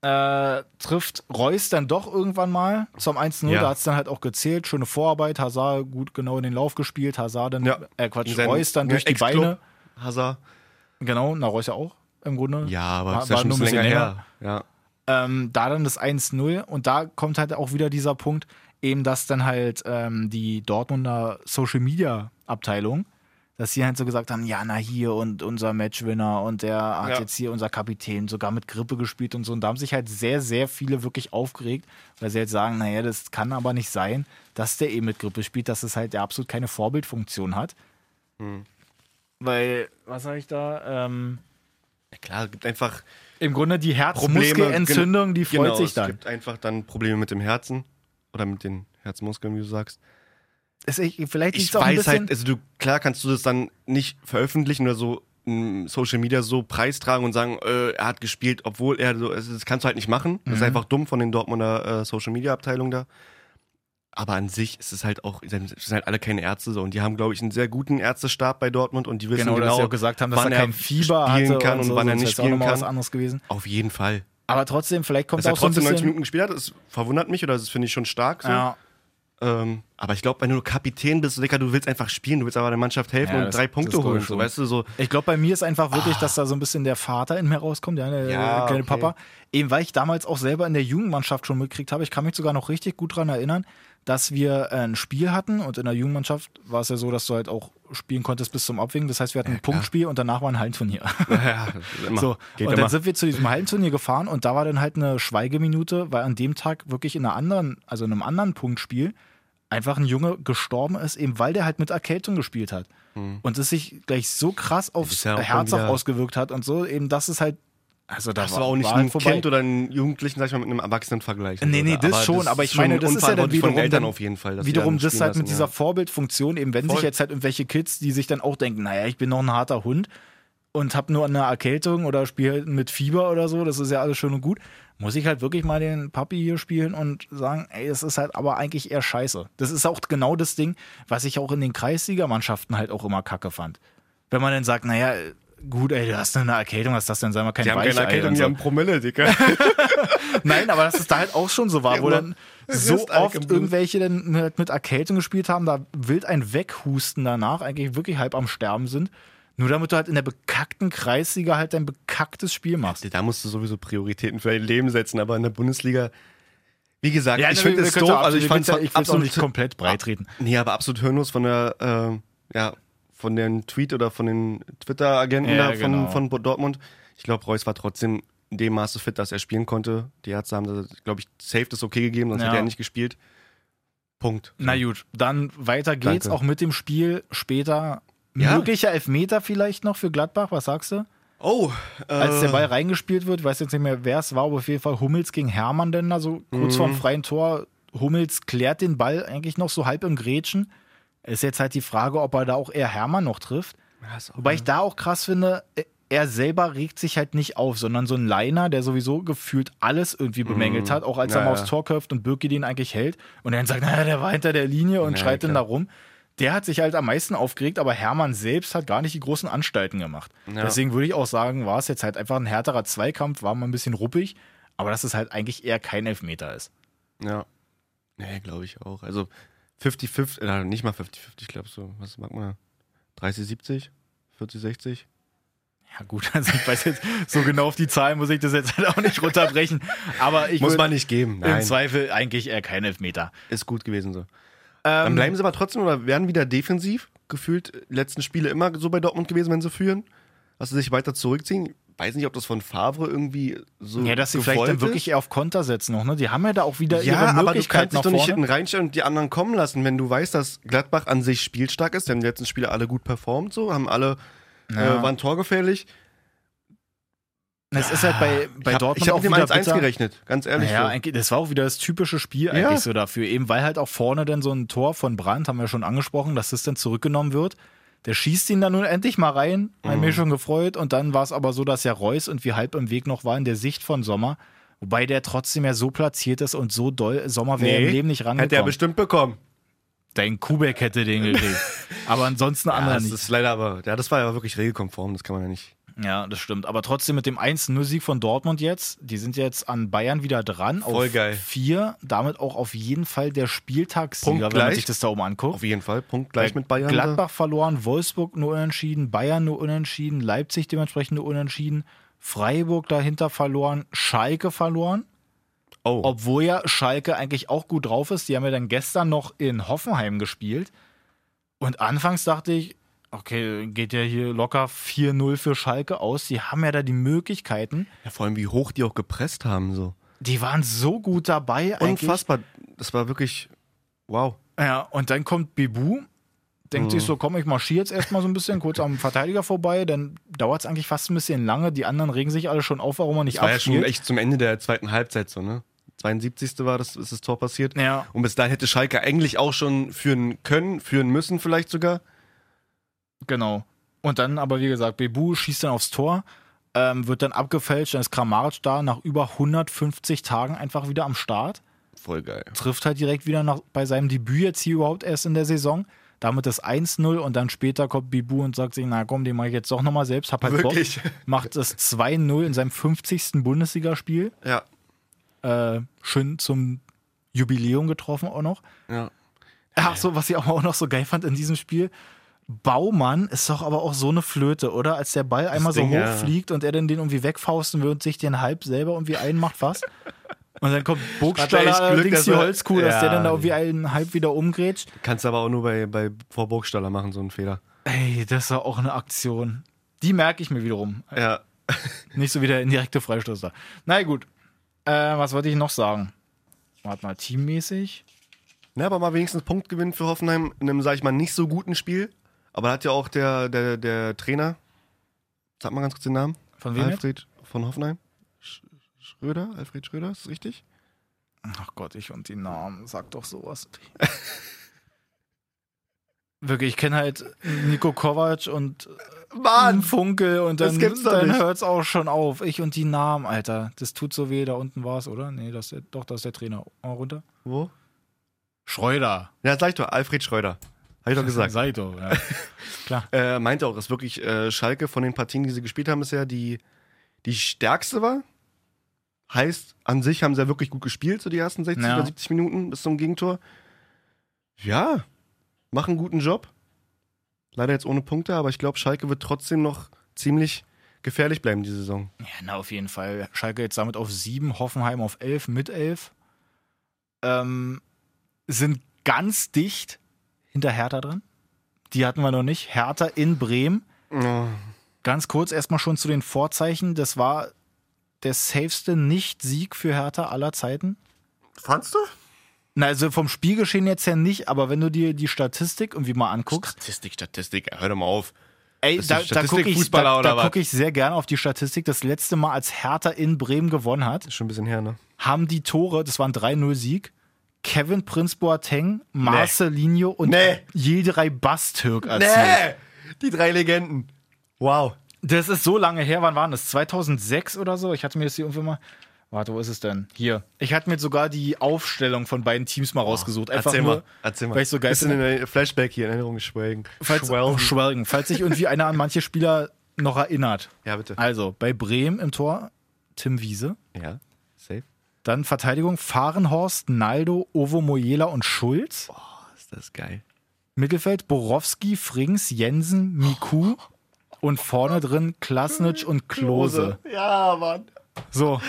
B: äh, trifft Reus dann doch irgendwann mal zum 1-0.
C: Ja.
B: Da hat es dann halt auch gezählt. Schöne Vorarbeit. Hazard gut genau in den Lauf gespielt. Hazard dann,
C: Ja.
B: äh Quatsch,
C: Sein-
B: Reus dann
C: ja,
B: durch die
C: Ex-Club.
B: Beine.
C: Hazard.
B: Genau, na Reus ja auch im Grunde.
C: Ja, aber
B: War-
C: das ist ja
B: war
C: schon ein
B: nur
C: bisschen
B: ein
C: länger,
B: bisschen
C: her.
B: Ähm, da dann das 1-0 und da kommt halt auch wieder dieser Punkt, eben dass dann halt ähm, die Dortmunder Social Media Abteilung, dass sie halt so gesagt haben, ja, na hier und unser Matchwinner und der hat
C: Ja.
B: jetzt hier unser Kapitän sogar mit Grippe gespielt und so. Und da haben sich halt sehr, sehr viele wirklich aufgeregt, weil sie halt sagen, naja, das kann aber nicht sein, dass der eben mit Grippe spielt, dass es halt ja absolut keine Vorbildfunktion hat. Hm. Weil, was habe ich da? Ähm,
C: Ja. Klar, gibt einfach
B: Im Grunde die
C: Probleme.
B: Herzmuskelentzündung, die freut
C: genau,
B: sich
C: Es
B: dann.
C: gibt einfach dann Probleme mit dem Herzen oder mit den Herzmuskeln, wie du sagst.
B: Es, ich, vielleicht
C: Ich
B: liegt es auch ein
C: weiß
B: bisschen.
C: halt, also du, klar kannst du das dann nicht veröffentlichen oder so in Social Media so preistragen und sagen, äh, er hat gespielt, obwohl er so, also das kannst du halt nicht machen. Das ist
B: Mhm.
C: einfach dumm von den Dortmunder äh, Social Media Abteilung da. Aber an sich ist es halt auch, es sind halt alle keine Ärzte so und die haben, glaube ich, einen sehr guten Ärztestab bei Dortmund und die wissen
B: genau,
C: genau,
B: dass sie auch gesagt haben, dass
C: wann
B: er kein Fieber
C: spielen
B: hatte
C: kann und,
B: so,
C: wann er
B: sonst wär's
C: nicht
B: auch
C: spielen
B: noch mal was
C: kann.
B: anderes gewesen.
C: Auf jeden Fall.
B: Aber trotzdem, vielleicht kommt
C: Dass er
B: auch so ein
C: trotzdem 90
B: bisschen.
C: Minuten gespielt hat, das verwundert mich oder das finde ich schon stark. So.
B: Ja,
C: Ähm, aber ich glaube, wenn du Kapitän bist, Dicker, du willst einfach spielen, du willst aber der Mannschaft helfen
B: Ja,
C: und
B: das-
C: drei
B: das
C: Punkte
B: glaub ich
C: holen. So,
B: schon.
C: weißt du, so,
B: ich glaube, bei mir ist einfach wirklich, dass da so ein bisschen der Vater in mir rauskommt, ja, der
C: Ah. Ja,
B: kleine
C: okay.
B: Papa. Eben weil ich damals auch selber in der Jugendmannschaft schon mitgekriegt habe. Ich kann mich sogar noch richtig gut daran erinnern, dass wir äh, ein Spiel hatten und in der Jugendmannschaft war es ja so, dass du halt auch spielen konntest bis zum Abwägen. Das heißt, wir hatten ein Punktspiel und danach war ein Hallenturnier.
C: ja, das ist immer,
B: So,
C: geht
B: und
C: immer.
B: dann sind wir zu diesem Hallenturnier gefahren und da war dann halt eine Schweigeminute, weil an dem Tag wirklich in einer anderen, also in einem anderen Punktspiel, einfach ein Junge gestorben ist, eben weil der halt mit Erkältung gespielt hat. Und es sich gleich so krass aufs
C: Hm. ist ja auch
B: Herz
C: schon
B: auch
C: wieder-
B: ausgewirkt hat und so, eben das ist halt, also da
C: das
B: war,
C: war auch nicht
B: war halt
C: ein
B: vorbei.
C: Kind oder ein Jugendlichen, sag ich mal, mit einem Also, Erwachsenen vergleichen.
B: Nee, nee,
C: oder?
B: das schon, aber ich meine, das ist ja dann
C: unverantwortlich von
B: wiederum
C: den Eltern
B: dann-
C: auf jeden Fall. dass die
B: Wiederum
C: dann
B: das
C: spielen
B: halt mit
C: lassen,
B: dieser Vorbildfunktion, eben wenn
C: Voll.
B: sich jetzt halt irgendwelche Kids, die sich dann auch denken, naja, ich bin noch ein harter Hund und habe nur eine Erkältung oder spiele mit Fieber oder so, das ist ja alles schön und gut, muss ich halt wirklich mal den Papi hier spielen und sagen, ey, das ist halt aber eigentlich eher scheiße. Das ist auch genau das Ding, was ich auch in den Kreisligamannschaften halt auch immer kacke fand. Wenn man dann sagt, naja, gut, ey, du hast eine Erkältung, was ist das denn, sei mal kein
C: Die haben keine
B: Weichei
C: Erkältung,
B: und
C: die
B: so.
C: haben Promille, Dicker.
B: Nein, aber dass es da halt auch schon so war,
C: Ja,
B: wo
C: aber
B: dann
C: es
B: so
C: ist Alk im
B: oft
C: Blut.
B: irgendwelche dann halt mit Erkältung gespielt haben, da wild ein Weghusten danach, eigentlich wirklich halb am Sterben sind. Nur damit du halt in der bekackten Kreisliga halt dein bekacktes Spiel machst.
C: da musst du sowieso Prioritäten für dein Leben setzen, aber in der Bundesliga, Wie gesagt,
B: Ja,
C: ich
B: ne,
C: finde
B: wir
C: es
B: können's
C: doof,
B: auch
C: also ich
B: absolut-
C: fand es
B: wir können's ja- ich will's auch
C: absolut
B: nicht komplett breit reden.
C: Nee, aber absolut hirnlos von der, ähm, ja, von den Tweet oder von den Twitter-Agenten
B: Ja,
C: da von,
B: genau.
C: von Dortmund. Ich glaube, Reus war trotzdem in dem Maße fit, dass er spielen konnte. Die Ärzte haben, glaube ich, safe das okay gegeben, sonst
B: Ja.
C: hätte er nicht gespielt. Punkt.
B: Na gut, dann weiter geht's
C: Danke.
B: auch mit dem Spiel später.
C: Ja.
B: Möglicher Elfmeter vielleicht noch für Gladbach, was sagst du?
C: Oh, äh,
B: Als der Ball reingespielt wird, weiß jetzt nicht mehr, wer es war, aber auf jeden Fall Hummels gegen Hermann denn da so kurz vorm freien Tor. Hummels klärt den Ball eigentlich noch so halb im Grätschen. Ist jetzt halt die Frage, ob er da auch eher Hermann noch trifft.
C: Ja, ist auch-
B: Wobei ich da auch krass finde, äh, er selber regt sich halt nicht auf, sondern so ein Liner, der sowieso gefühlt alles irgendwie bemängelt hat, auch als er
C: Mhm. Ja,
B: mal
C: ja.
B: aufs Tor köpft und Birki den eigentlich hält und dann sagt, naja, der war hinter der Linie und
C: Ja,
B: schreit dann da
C: klar.
B: rum. Der hat sich halt am meisten aufgeregt, aber Hermann selbst hat gar nicht die großen Anstalten gemacht.
C: Ja.
B: Deswegen würde ich auch sagen, war es jetzt halt einfach ein härterer Zweikampf, war mal ein bisschen ruppig, aber dass es halt eigentlich eher kein Elfmeter ist.
C: Ja. Nee, glaube ich auch. Also 50-50, äh, nicht mal 50-50, ich glaube so, was mag man? 30-70? 40-60?
B: Ja gut, also ich weiß jetzt, so genau auf die Zahlen muss ich das jetzt halt auch nicht runterbrechen, aber ich
C: Muss
B: würde
C: man nicht geben,
B: im
C: nein.
B: Zweifel eigentlich eher kein Elfmeter.
C: Ist gut gewesen so. Dann
B: Ähm,
C: bleiben sie aber trotzdem oder werden wieder defensiv. Gefühlt äh, letzten Spiele immer so bei Dortmund gewesen, wenn sie führen. Dass sie sich weiter zurückziehen. Weiß nicht, ob das von Favre irgendwie so.
B: Ja, dass sie vielleicht
C: gewollt
B: dann wirklich
C: ist.
B: eher auf Konter setzen noch, ne? Die haben ja da auch wieder
C: Ja,
B: ihre
C: aber du
B: Möglichkeit
C: kannst dich
B: nach
C: doch nicht
B: vorne.
C: hinten reinstellen und die anderen kommen lassen, wenn du weißt, dass Gladbach an sich spielstark ist. Die haben die letzten Spiele alle gut performt, so, haben alle, äh, waren torgefährlich.
B: es ist halt bei, bei
C: ich hab,
B: Dortmund
C: ich hab
B: auch
C: mit dem
B: wieder
C: 1-1
B: bitter.
C: gerechnet, ganz ehrlich.
B: Ja,
C: so.
B: eigentlich, das war auch wieder das typische Spiel eigentlich
C: Ja.
B: so dafür. Eben weil halt auch vorne dann so ein Tor von Brandt, haben wir schon angesprochen, dass das dann zurückgenommen wird. Der schießt ihn dann nun endlich mal rein, hat
C: Mhm.
B: mich schon gefreut. Und dann war es aber so, dass ja Reus irgendwie halb im Weg noch war in der Sicht von Sommer. Wobei der trotzdem ja so platziert ist und so doll, Sommer wäre
C: Nee,
B: im Leben nicht
C: Hätte er
B: rangekommen.
C: bestimmt bekommen.
B: Dein Kubek hätte den gekriegt. aber ansonsten
C: Ja,
B: andere
C: das
B: nicht.
C: ist leider aber, ja, das war ja wirklich regelkonform, das kann man ja nicht.
B: Ja, das stimmt. Aber trotzdem mit dem 1-0-Sieg von Dortmund jetzt, die sind jetzt an Bayern wieder dran.
C: Voll
B: auf
C: geil.
B: Vier, damit auch auf jeden Fall der Spieltagssieger,
C: Punkt
B: wenn man
C: gleich.
B: sich das da oben anguckt.
C: Auf jeden Fall, Punkt gleich mit Bayern.
B: Gladbach verloren, Wolfsburg nur unentschieden, Bayern nur unentschieden, Leipzig dementsprechend nur unentschieden, Freiburg dahinter verloren, Schalke verloren.
C: Oh.
B: Obwohl ja Schalke eigentlich auch gut drauf ist. Die haben ja dann gestern noch in Hoffenheim gespielt. Und anfangs dachte ich, okay, geht ja hier locker 4-0 für Schalke aus. Die haben ja da die Möglichkeiten.
C: Ja, vor allem, wie hoch die auch gepresst haben, so.
B: Die waren so gut dabei. eigentlich.
C: Unfassbar. Das war wirklich. Wow.
B: Ja, und dann kommt Bibu, denkt sich
C: Mhm.
B: so, komm, ich marschiere jetzt erstmal so ein bisschen kurz am Verteidiger vorbei. Dann dauert es eigentlich fast ein bisschen lange. Die anderen regen sich alle schon auf, warum er nicht
C: Das war ja schon
B: abspielt.
C: echt zum Ende der zweiten Halbzeit so, ne? 72. war das, ist das Tor passiert.
B: Ja.
C: Und bis dahin hätte Schalke eigentlich auch schon führen können, führen müssen vielleicht sogar.
B: Genau. Und dann aber, wie gesagt, Bebu schießt dann aufs Tor, ähm, wird dann abgefälscht, dann ist Kramaric da, nach über 150 Tagen einfach wieder am Start,
C: Voll geil.
B: trifft halt direkt wieder nach, bei seinem Debüt jetzt hier überhaupt erst in der Saison. Damit das 1-0 und dann später kommt Bibu und sagt sich, na komm, den mache ich jetzt doch nochmal selbst, hab halt
C: Wirklich?
B: Bock. Macht das 2-0 in seinem 50. Bundesligaspiel.
C: Ja.
B: Äh, schön zum Jubiläum getroffen auch noch.
C: Ja.
B: Ach so, was ich auch noch so geil fand in diesem Spiel. Baumann ist doch aber auch so eine Flöte, oder? Als der Ball einmal
C: Ding,
B: so
C: ja.
B: hochfliegt und er dann den irgendwie wegfausten will und sich den halb selber irgendwie einmacht, was? Und dann kommt
C: echt
B: Burgstaller
C: Glück,
B: links
C: dass
B: die
C: er-
B: Holzkuh, dass der
C: Ja.
B: dann da irgendwie einen halb wieder umgrätscht.
C: Kannst aber auch nur bei, bei vor Burgstaller machen, so einen Fehler.
B: Ey, das war auch eine Aktion. Die merke ich mir wiederum.
C: Ja.
B: Nicht so wie der indirekte Freistoß da. Na gut. Äh, was wollte ich noch sagen? Warte mal, teammäßig?
C: Na, aber mal wenigstens Punkt gewinnen für Hoffenheim in einem, sag ich mal, nicht so guten Spiel. Aber da hat ja auch der, der, der Trainer, sag mal ganz kurz den Namen,
B: Von wem jetzt?
C: Alfred von Hoffenheim. Sch Schröder, Alfred Schröder, ist das richtig?
B: Ach Gott, ich und die Namen, sag doch sowas. Wirklich, ich kenne halt Nico Kovac und Mann, Funkel und
C: das
B: dann,
C: gibt's doch
B: dann
C: nicht.
B: hört's auch schon auf. Ich und die Namen, Alter. Das tut so weh, da unten war's, oder? Nee, das ist der, doch, das ist der Trainer. Mal runter.
C: Wo?
B: Schreuder.
C: Ja, sag ich doch, Alfred Schröder. Habe ich doch gesagt.
B: Saito, ja.
C: Äh, meinte auch, dass wirklich äh, Schalke von den Partien, die sie gespielt haben, bisher die, die stärkste war. Heißt, an sich haben sie ja wirklich gut gespielt, so die ersten 60
B: Ja.
C: oder 70 Minuten bis zum Gegentor. Ja, machen einen guten Job. Leider jetzt ohne Punkte, aber ich glaube, Schalke wird trotzdem noch ziemlich gefährlich bleiben die Saison.
B: Ja, na, auf jeden Fall. Schalke jetzt damit auf sieben, Hoffenheim auf elf mit elf. ähm, sind ganz dicht hinter Hertha dran. Die hatten wir noch nicht. Hertha in Bremen.
C: Oh.
B: Ganz kurz erstmal schon zu den Vorzeichen. Das war der safeste Nicht-Sieg für Hertha aller Zeiten.
A: Fandst du?
B: Na, also vom Spielgeschehen jetzt her nicht, aber wenn du dir die Statistik irgendwie mal anguckst,
A: Statistik, Statistik, hör doch mal auf.
B: ey,
A: Das ist
B: da,
A: die
B: da
A: Statistik,
B: gucke ich,
A: Fußballer
B: da,
A: oder
B: da
A: was?
B: guck ich sehr gerne auf die Statistik. Das letzte Mal, als Hertha in Bremen gewonnen hat,
C: Ist schon ein bisschen her, ne?
B: haben die Tore, das war ein 3-0-Sieg, Kevin Prince Boateng, Marcelinho und
A: Nee.
B: Yildiray Bastürk erzielt.
A: Nee! Die drei Legenden. Wow.
B: Das ist so lange her, wann waren das? 2006 oder so? Ich hatte mir das hier irgendwie mal. Warte, wo ist es denn? Hier. Ich hatte mir sogar die Aufstellung von beiden Teams mal rausgesucht. Einfach
C: Erzähl
B: nur,
C: mal. Erzähl mal.
B: Weil ich so geil
C: Bisschen
B: finde.
C: in der Flashback hier in Erinnerung geschwelgen.
B: Falls,
C: Schwelgen.
B: oh, schwelgen. Falls sich irgendwie einer an manche Spieler noch erinnert.
C: Ja, bitte.
B: Also, bei Bremen im Tor Tim Wiese.
C: Ja, safe.
B: Dann Verteidigung Fahrenhorst, Naldo, Ovo Mojela und Schulz.
C: Oh, ist das geil.
B: Mittelfeld Borowski, Frings, Jensen, Miku. Und vorne drin Klasnic und Klose.
A: Ja, Mann.
B: So,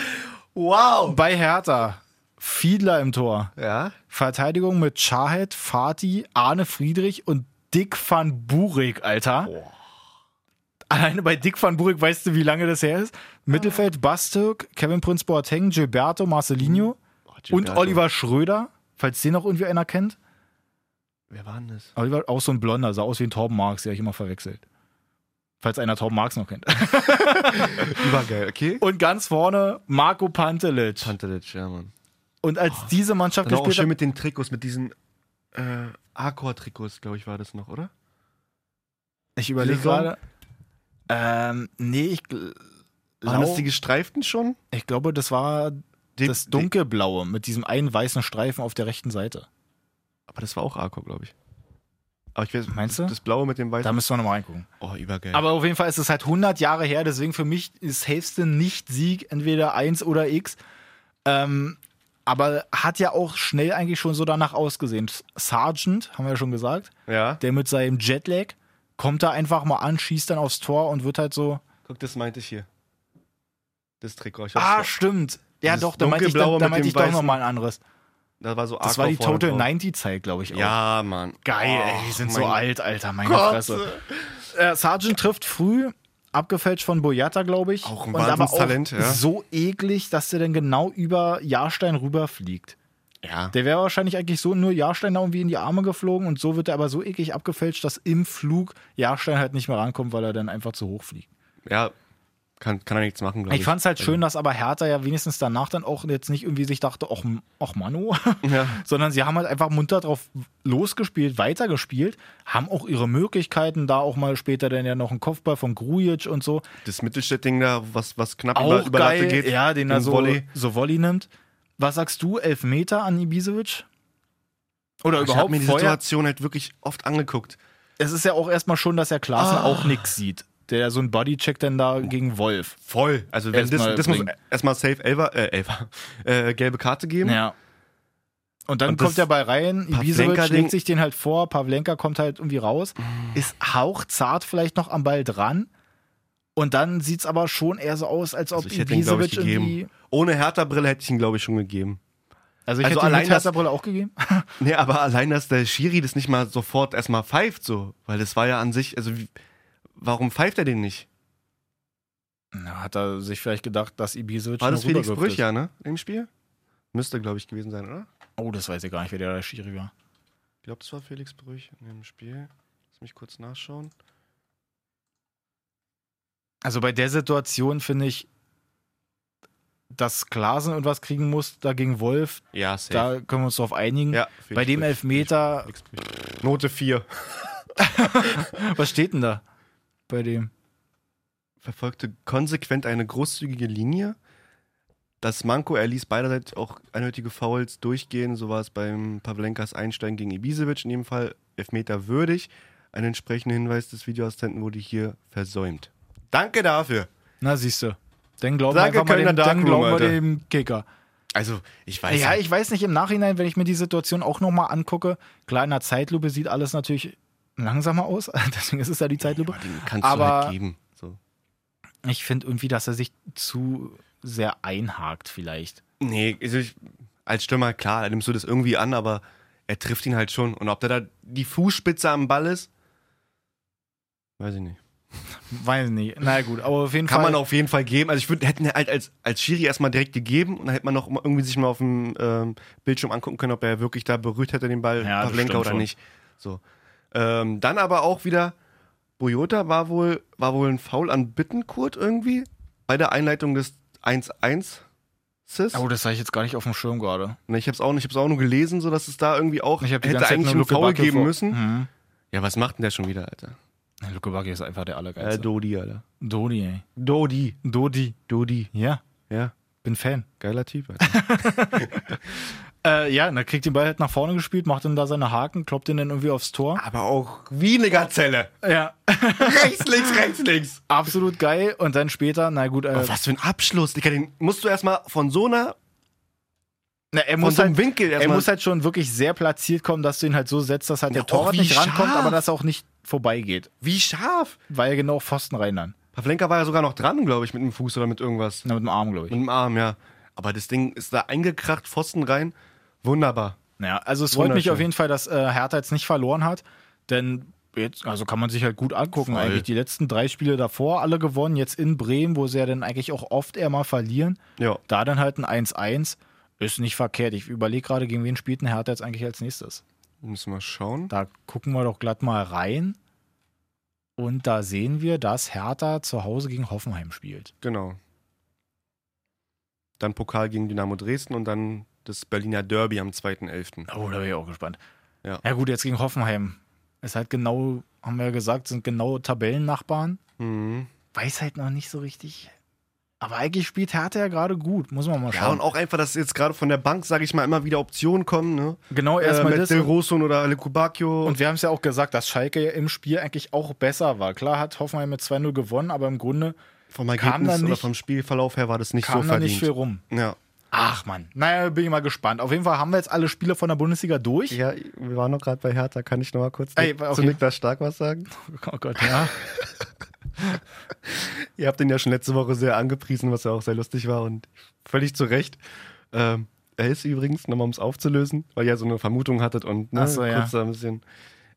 A: Wow.
B: bei Hertha. Fiedler im Tor.
C: Ja?
B: Verteidigung mit Chahed, Fatih, Arne Friedrich und Dick van Burik, Alter. Alleine bei Dick van Burik weißt du, wie lange das her ist.
C: Ah.
B: Mittelfeld Bastürk, Kevin Prince Boateng, Gilberto Marcelinho und
C: Oh, Hm. Gilberto.
B: Oliver Schröder, falls den noch irgendwie einer kennt.
C: Wer war denn das?
B: Oliver, auch so ein Blonder, sah aus wie ein Torben Marx, der ich immer verwechselt. Falls einer Torben Marx noch kennt.
C: Übergeil, okay?
B: Und ganz vorne Marco Pantelic.
C: Pantelic, ja, Mann.
B: Und als diese Mannschaft
C: Oh, Dann auch
B: gespielt
C: schön
B: hat,
C: mit den Trikots, mit diesen äh, Arcor-Trikots, glaube ich, war das noch, oder?
B: ich überlege
C: Saison?
B: gerade. Ähm, nee, ich, gl-
C: Waren das
B: Lau-
C: die gestreiften schon?
B: ich glaube, das war
C: Die-
B: das
C: die-
B: dunkelblaue mit diesem einen weißen Streifen auf der rechten Seite.
C: Aber das war auch Arcor, glaube ich. Aber ich weiß,
B: Meinst du?
C: Das blaue mit dem
B: Da
C: weißen.
B: müssen wir nochmal reingucken.
C: Oh, übergeil.
B: Aber auf jeden Fall ist es halt 100 Jahre her, deswegen für mich ist safeste Nicht-Sieg entweder 1 oder X. Ähm, aber hat ja auch schnell eigentlich schon so danach ausgesehen. Sergeant, haben wir ja schon gesagt,
C: ja.
B: der mit seinem Jetlag kommt da einfach mal an, schießt dann aufs Tor und wird halt so.
C: Guck, das meinte ich hier. Das Trikot. Ich hab's
B: Ah,
C: vor-
B: stimmt. Ja,
C: Dieses
B: doch, da meinte ich, da,
C: dunkelblaue
B: da
C: mit
B: meinte
C: dem
B: ich doch
C: weißen-
B: nochmal ein anderes.
C: da war so
B: Das
C: Arcor
B: war die
C: vorne
B: Total
C: drauf.
B: 90-Zeit, glaube ich. Auch.
C: Ja, Mann.
B: Geil, ey, die
C: Och,
B: sind so
C: mein
B: alt, Alter, meine
C: Gott.
B: Fresse. Äh, Sargent trifft früh, abgefälscht von Boyata, glaube ich.
C: Auch ein
B: Und aber auch
C: Wahnsinnstalent, ja.
B: so eklig, dass der dann genau über Jahrstein rüberfliegt.
A: Ja.
B: Der wäre wahrscheinlich eigentlich so nur Jahrstein da irgendwie in die Arme geflogen und so wird er aber so eklig abgefälscht, dass im Flug Jahrstein halt nicht mehr rankommt, weil er dann einfach zu hoch fliegt.
C: Ja, kann, kann er nichts machen, glaube ich. Also
B: Ich fand es halt schön, dass aber Hertha ja wenigstens danach dann auch jetzt nicht irgendwie sich dachte, ach, ach Manu,
C: Ja.
B: sondern sie haben halt einfach munter drauf losgespielt, weitergespielt, haben auch ihre Möglichkeiten, da auch mal später dann ja noch ein Kopfball von Grujic und so.
C: Das Mittelstädtding da, was, was knapp über,
B: Auch
C: über
B: geil,
C: Latte geht.
B: ja, den er so
C: Volley.
B: Volley. so Volley nimmt. Was sagst du, Elfmeter an Ibisevic? Oder
C: Ich habe
B: überhaupt
C: mir die
B: vorher?
C: Situation halt wirklich oft angeguckt.
B: Es ist ja auch erstmal schon, dass er Klaassen auch nichts sieht. Der so ein Bodycheck dann da gegen Wolf.
C: Voll. Also wenn das,
B: Erstmal
C: das muss
B: bringen.
C: erstmal safe Elfer, äh, Elfer, äh, gelbe Karte geben.
B: Ja. Und dann
C: Und das
B: kommt der Ball rein, Ibisevic
C: Pavlenka-Ding-
B: legt sich den halt vor, Pavlenka kommt halt irgendwie raus, ist hauchzart vielleicht noch am Ball dran. Und dann sieht's aber schon eher so aus, als ob
C: Also ich hätte ihn, glaube ich,
B: Ibisevic irgendwie.
C: gegeben. Ohne Hertha-Brille hätte ich ihn, glaube ich, schon gegeben.
B: Also ich
C: Also
B: hätte
C: allein
B: ihm
C: das-
B: die Brille auch gegeben.
C: Nee, aber allein, dass der Schiri das nicht mal sofort erstmal pfeift, so. Weil das war ja an sich, also wie, warum pfeift er den nicht?
B: Na, hat er sich vielleicht gedacht, dass Ibisevic
C: War
B: nur
C: das Felix
B: rübergewirkt
C: Brüch, ja, ne? Im Spiel? Müsste, glaube ich, gewesen sein, oder?
B: ist? Oh, das weiß ich gar nicht, wer der Schiri war.
C: Ich glaube, das war Felix Brüch in dem Spiel. Lass mich kurz nachschauen.
B: Also bei der Situation finde ich, dass Klaasen irgendwas kriegen muss, da gegen Wolf,
C: Ja, safe.
B: da können wir uns drauf einigen.
C: ja, Felix
B: bei dem
C: Brüch,
B: Elfmeter,
C: Felix Brüch. Note 4.
B: was steht denn da? Bei dem.
C: verfolgte konsequent eine großzügige Linie. Das Manko, er ließ beiderseits auch eindeutige Fouls durchgehen. So war es beim Pavlenkas Einsteigen gegen Ibisevic in dem Fall. Elfmeter würdig. Ein entsprechender Hinweis des Videoassistenten wurde hier versäumt. Danke dafür.
B: Na, siehst du. Dann glauben
C: Danke,
B: wir einfach mal
C: Kölner
B: dem, dann
C: Darkroom,
B: glauben wir
C: Alter.
B: dem Kicker.
A: Also, ich weiß
B: Ja,
A: nicht.
B: ich weiß nicht, im Nachhinein, wenn ich mir die Situation auch nochmal angucke, kleiner Zeitlupe sieht alles natürlich langsamer aus, deswegen ist es ja die Zeitlupe.
C: Aber den kannst du
B: Aber-
C: halt geben. So.
B: Ich finde irgendwie, dass er sich zu sehr einhakt vielleicht.
C: Nee, also ich, als Stürmer, klar, da nimmst du das irgendwie an, aber er trifft ihn halt schon. Und ob der da die Fußspitze am Ball ist, weiß ich nicht.
B: Weiß nicht. Na gut, aber auf jeden
C: Kann
B: Fall.
C: man auf jeden Fall geben. Also ich würde, hätten halt als, als Schiri erstmal direkt gegeben und dann hätte man noch irgendwie sich mal auf dem ähm, Bildschirm angucken können, ob er wirklich da berührt hätte den Ball,
B: Ja, das
C: Pavlenka
B: stimmt
C: oder
B: schon.
C: nicht. So. Ähm, dann aber auch wieder, Boyota war wohl, war wohl ein Foul an Bittenkurt irgendwie bei der Einleitung des 1-1. Sis.
B: oh, das habe ich jetzt gar nicht auf dem Schirm gerade.
C: Ne, Ich habe es auch, nicht- ich hab's auch nur gelesen, so dass es da irgendwie auch
B: Ich habe die
C: hätte
B: ganze Zeit
C: eigentlich
B: nur
C: einen
B: Luke
C: Foul
B: Bacchio
C: geben
B: vor-
C: müssen.
B: Mhm.
C: Ja, was macht denn der schon wieder, Alter?
B: Luke Bacchio ist einfach der
C: Äh,
B: Allergeilste.
C: Dodi, Alter.
B: Dodi, ey.
C: Dodi.
B: Dodi.
C: Dodi.
B: Ja,
C: Ja,
B: bin Fan.
C: geiler Typ, Alter.
B: Äh, ja, und dann kriegt den Ball halt nach vorne gespielt, macht dann da seine Haken, kloppt den dann irgendwie aufs Tor.
C: Aber auch wie eine Gazelle.
B: Ja,
C: rechts, links, rechts, links.
B: absolut geil. Und dann später, na gut, äh,
C: Aber was für ein Abschluss, Digga. Den musst du erstmal von so einer,
B: na, er,
C: von
B: muss
C: so einem
B: halt,
C: Winkel
B: er
C: erstmal.
B: muss halt schon wirklich sehr platziert kommen, dass du ihn halt so setzt, dass halt
C: Na,
B: der Torwart
C: oh, wie
B: nicht rankommt,
C: scharf.
B: aber dass er auch nicht vorbeigeht.
C: wie scharf.
B: Weil er genau auf Pfosten rein dann.
C: Pavlenka war ja sogar noch dran, glaube ich, mit dem Fuß oder mit irgendwas.
B: Na, mit dem Arm, glaube ich.
C: Mit dem Arm, ja. Aber das Ding ist da eingekracht, Pfosten rein. Wunderbar.
B: Naja, also es freut mich
C: Wunderschön.
B: auf jeden Fall, dass äh, Hertha jetzt nicht verloren hat, denn jetzt, also kann man sich halt gut angucken
A: Voll.
B: eigentlich. Die letzten drei Spiele davor alle gewonnen, jetzt in Bremen, wo sie ja dann eigentlich auch oft eher mal verlieren.
C: Ja.
B: Da dann halt ein 1-1. Ist nicht verkehrt. Ich überlege gerade, gegen wen spielt denn Hertha jetzt eigentlich als nächstes?
C: Müssen wir schauen.
B: Da gucken wir doch glatt mal rein. Und da sehen wir, dass Hertha zu Hause gegen Hoffenheim spielt.
C: Genau. Dann Pokal gegen Dynamo Dresden und dann das Berliner Derby am 2.11.
B: Oh, da bin ich auch gespannt.
C: Ja.
B: ja gut, jetzt gegen Hoffenheim. Ist halt genau, haben wir ja gesagt, sind genau Tabellennachbarn.
C: Mhm.
B: weiß halt noch nicht so richtig. Aber eigentlich spielt Hertha ja gerade gut, muss man mal
C: Ja,
B: schauen.
C: und auch einfach, dass jetzt gerade von der Bank, sage ich mal, immer wieder Optionen kommen. Ne?
B: genau erstmal
C: äh, mit
B: das.
C: Del Rosso oder Le Cubacchio.
B: Und wir haben es ja auch gesagt, dass Schalke ja im Spiel eigentlich auch besser war. Klar hat Hoffenheim mit 2-0 gewonnen, aber im Grunde
C: vom
B: kam da
C: Ergebnis oder
B: nicht-
C: vom Spielverlauf her war das nicht
B: kam
C: so
B: da
C: verdient.
B: nicht viel rum.
C: ja.
B: Ach man, naja, bin ich mal gespannt. Auf jeden Fall haben wir jetzt alle Spiele von der Bundesliga durch.
D: Ja, wir waren noch gerade bei Hertha. Kann ich noch mal kurz
B: Ey,
D: Nick-
B: okay.
D: zu Niklas Stark was sagen?
B: Oh Gott, ja.
C: Ihr habt ihn ja schon letzte Woche sehr angepriesen, was ja auch sehr lustig war und völlig zu Recht. Ähm, er ist übrigens, nochmal um es aufzulösen, weil ihr so eine Vermutung hattet und ne,
B: Ach so, ja.
C: kurz da ein bisschen.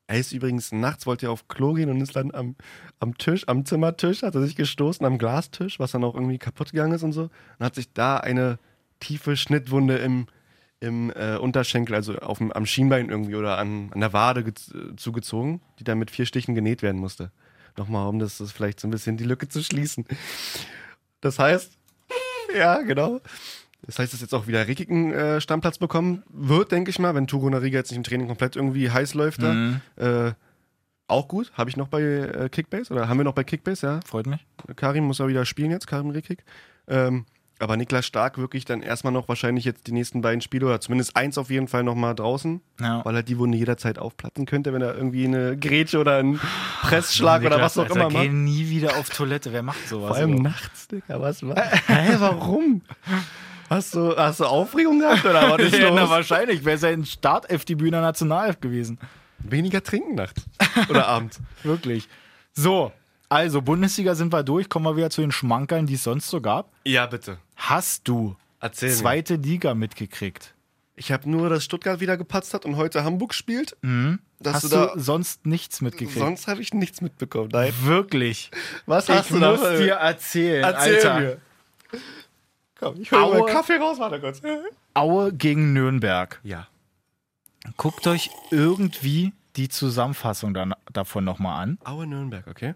C: Er ist übrigens nachts, wollte er auf Klo gehen und ist dann am, am Tisch, am Zimmertisch, hat er sich gestoßen, am Glastisch, was dann auch irgendwie kaputt gegangen ist und so. Und hat sich da eine tiefe Schnittwunde im, im äh, Unterschenkel, also auf dem, am Schienbein irgendwie oder an, an der Wade gez- äh, zugezogen, die dann mit vier Stichen genäht werden musste. Nochmal, um das, das vielleicht so ein bisschen die Lücke zu schließen. Das heißt, ja, genau. Das heißt, dass jetzt auch wieder Rikiken äh, Stammplatz bekommen wird, denke ich mal, wenn Turo Nariga jetzt nicht im Training komplett irgendwie heiß läuft. da.
B: Mhm.
C: Äh, auch gut. Habe ich noch bei äh, Kickbase? Oder haben wir noch bei Kickbase, ja?
B: Freut mich.
C: Karim muss ja wieder spielen jetzt, Karim Rekik. Ähm, aber Niklas Stark wirklich dann erstmal noch wahrscheinlich jetzt die nächsten beiden Spiele oder zumindest eins auf jeden Fall nochmal draußen,
B: Ja.
C: weil er die Wunde jederzeit aufplatzen könnte, wenn er irgendwie eine Grätsche oder einen Pressschlag oder was auch immer
B: Geh
C: macht.
B: nie wieder auf Toilette, wer macht sowas?
D: Vor allem nachts, Digga, was war?
C: Hä, warum? Hast du, hast du Aufregung gehabt oder was ist
B: ja, na,
C: los?
B: wahrscheinlich, wäre sein Start-F-Debüt in der Nationalelf gewesen.
C: Weniger trinken nachts oder abends.
B: Wirklich. So, also Bundesliga sind wir durch. Kommen wir wieder zu den Schmankern, die es sonst so gab.
C: Ja, bitte.
B: Hast du
C: Erzähl mir.
B: zweite Liga mitgekriegt?
C: Ich habe nur, dass Stuttgart wieder gepatzt hat und heute Hamburg spielt. Dass
B: Mhm. Hast
C: du
B: du,
C: da,
B: sonst nichts mitgekriegt?
C: sonst habe ich nichts mitbekommen. Nein.
B: Wirklich.
C: Was
B: ich muss dir erzählen, Alter.
C: Komm, ich
B: hol mal einen
C: Kaffee raus, warte kurz.
B: Aue gegen Nürnberg.
C: Ja.
B: Guckt euch irgendwie die Zusammenfassung dann, davon nochmal an.
C: Aue Nürnberg, okay.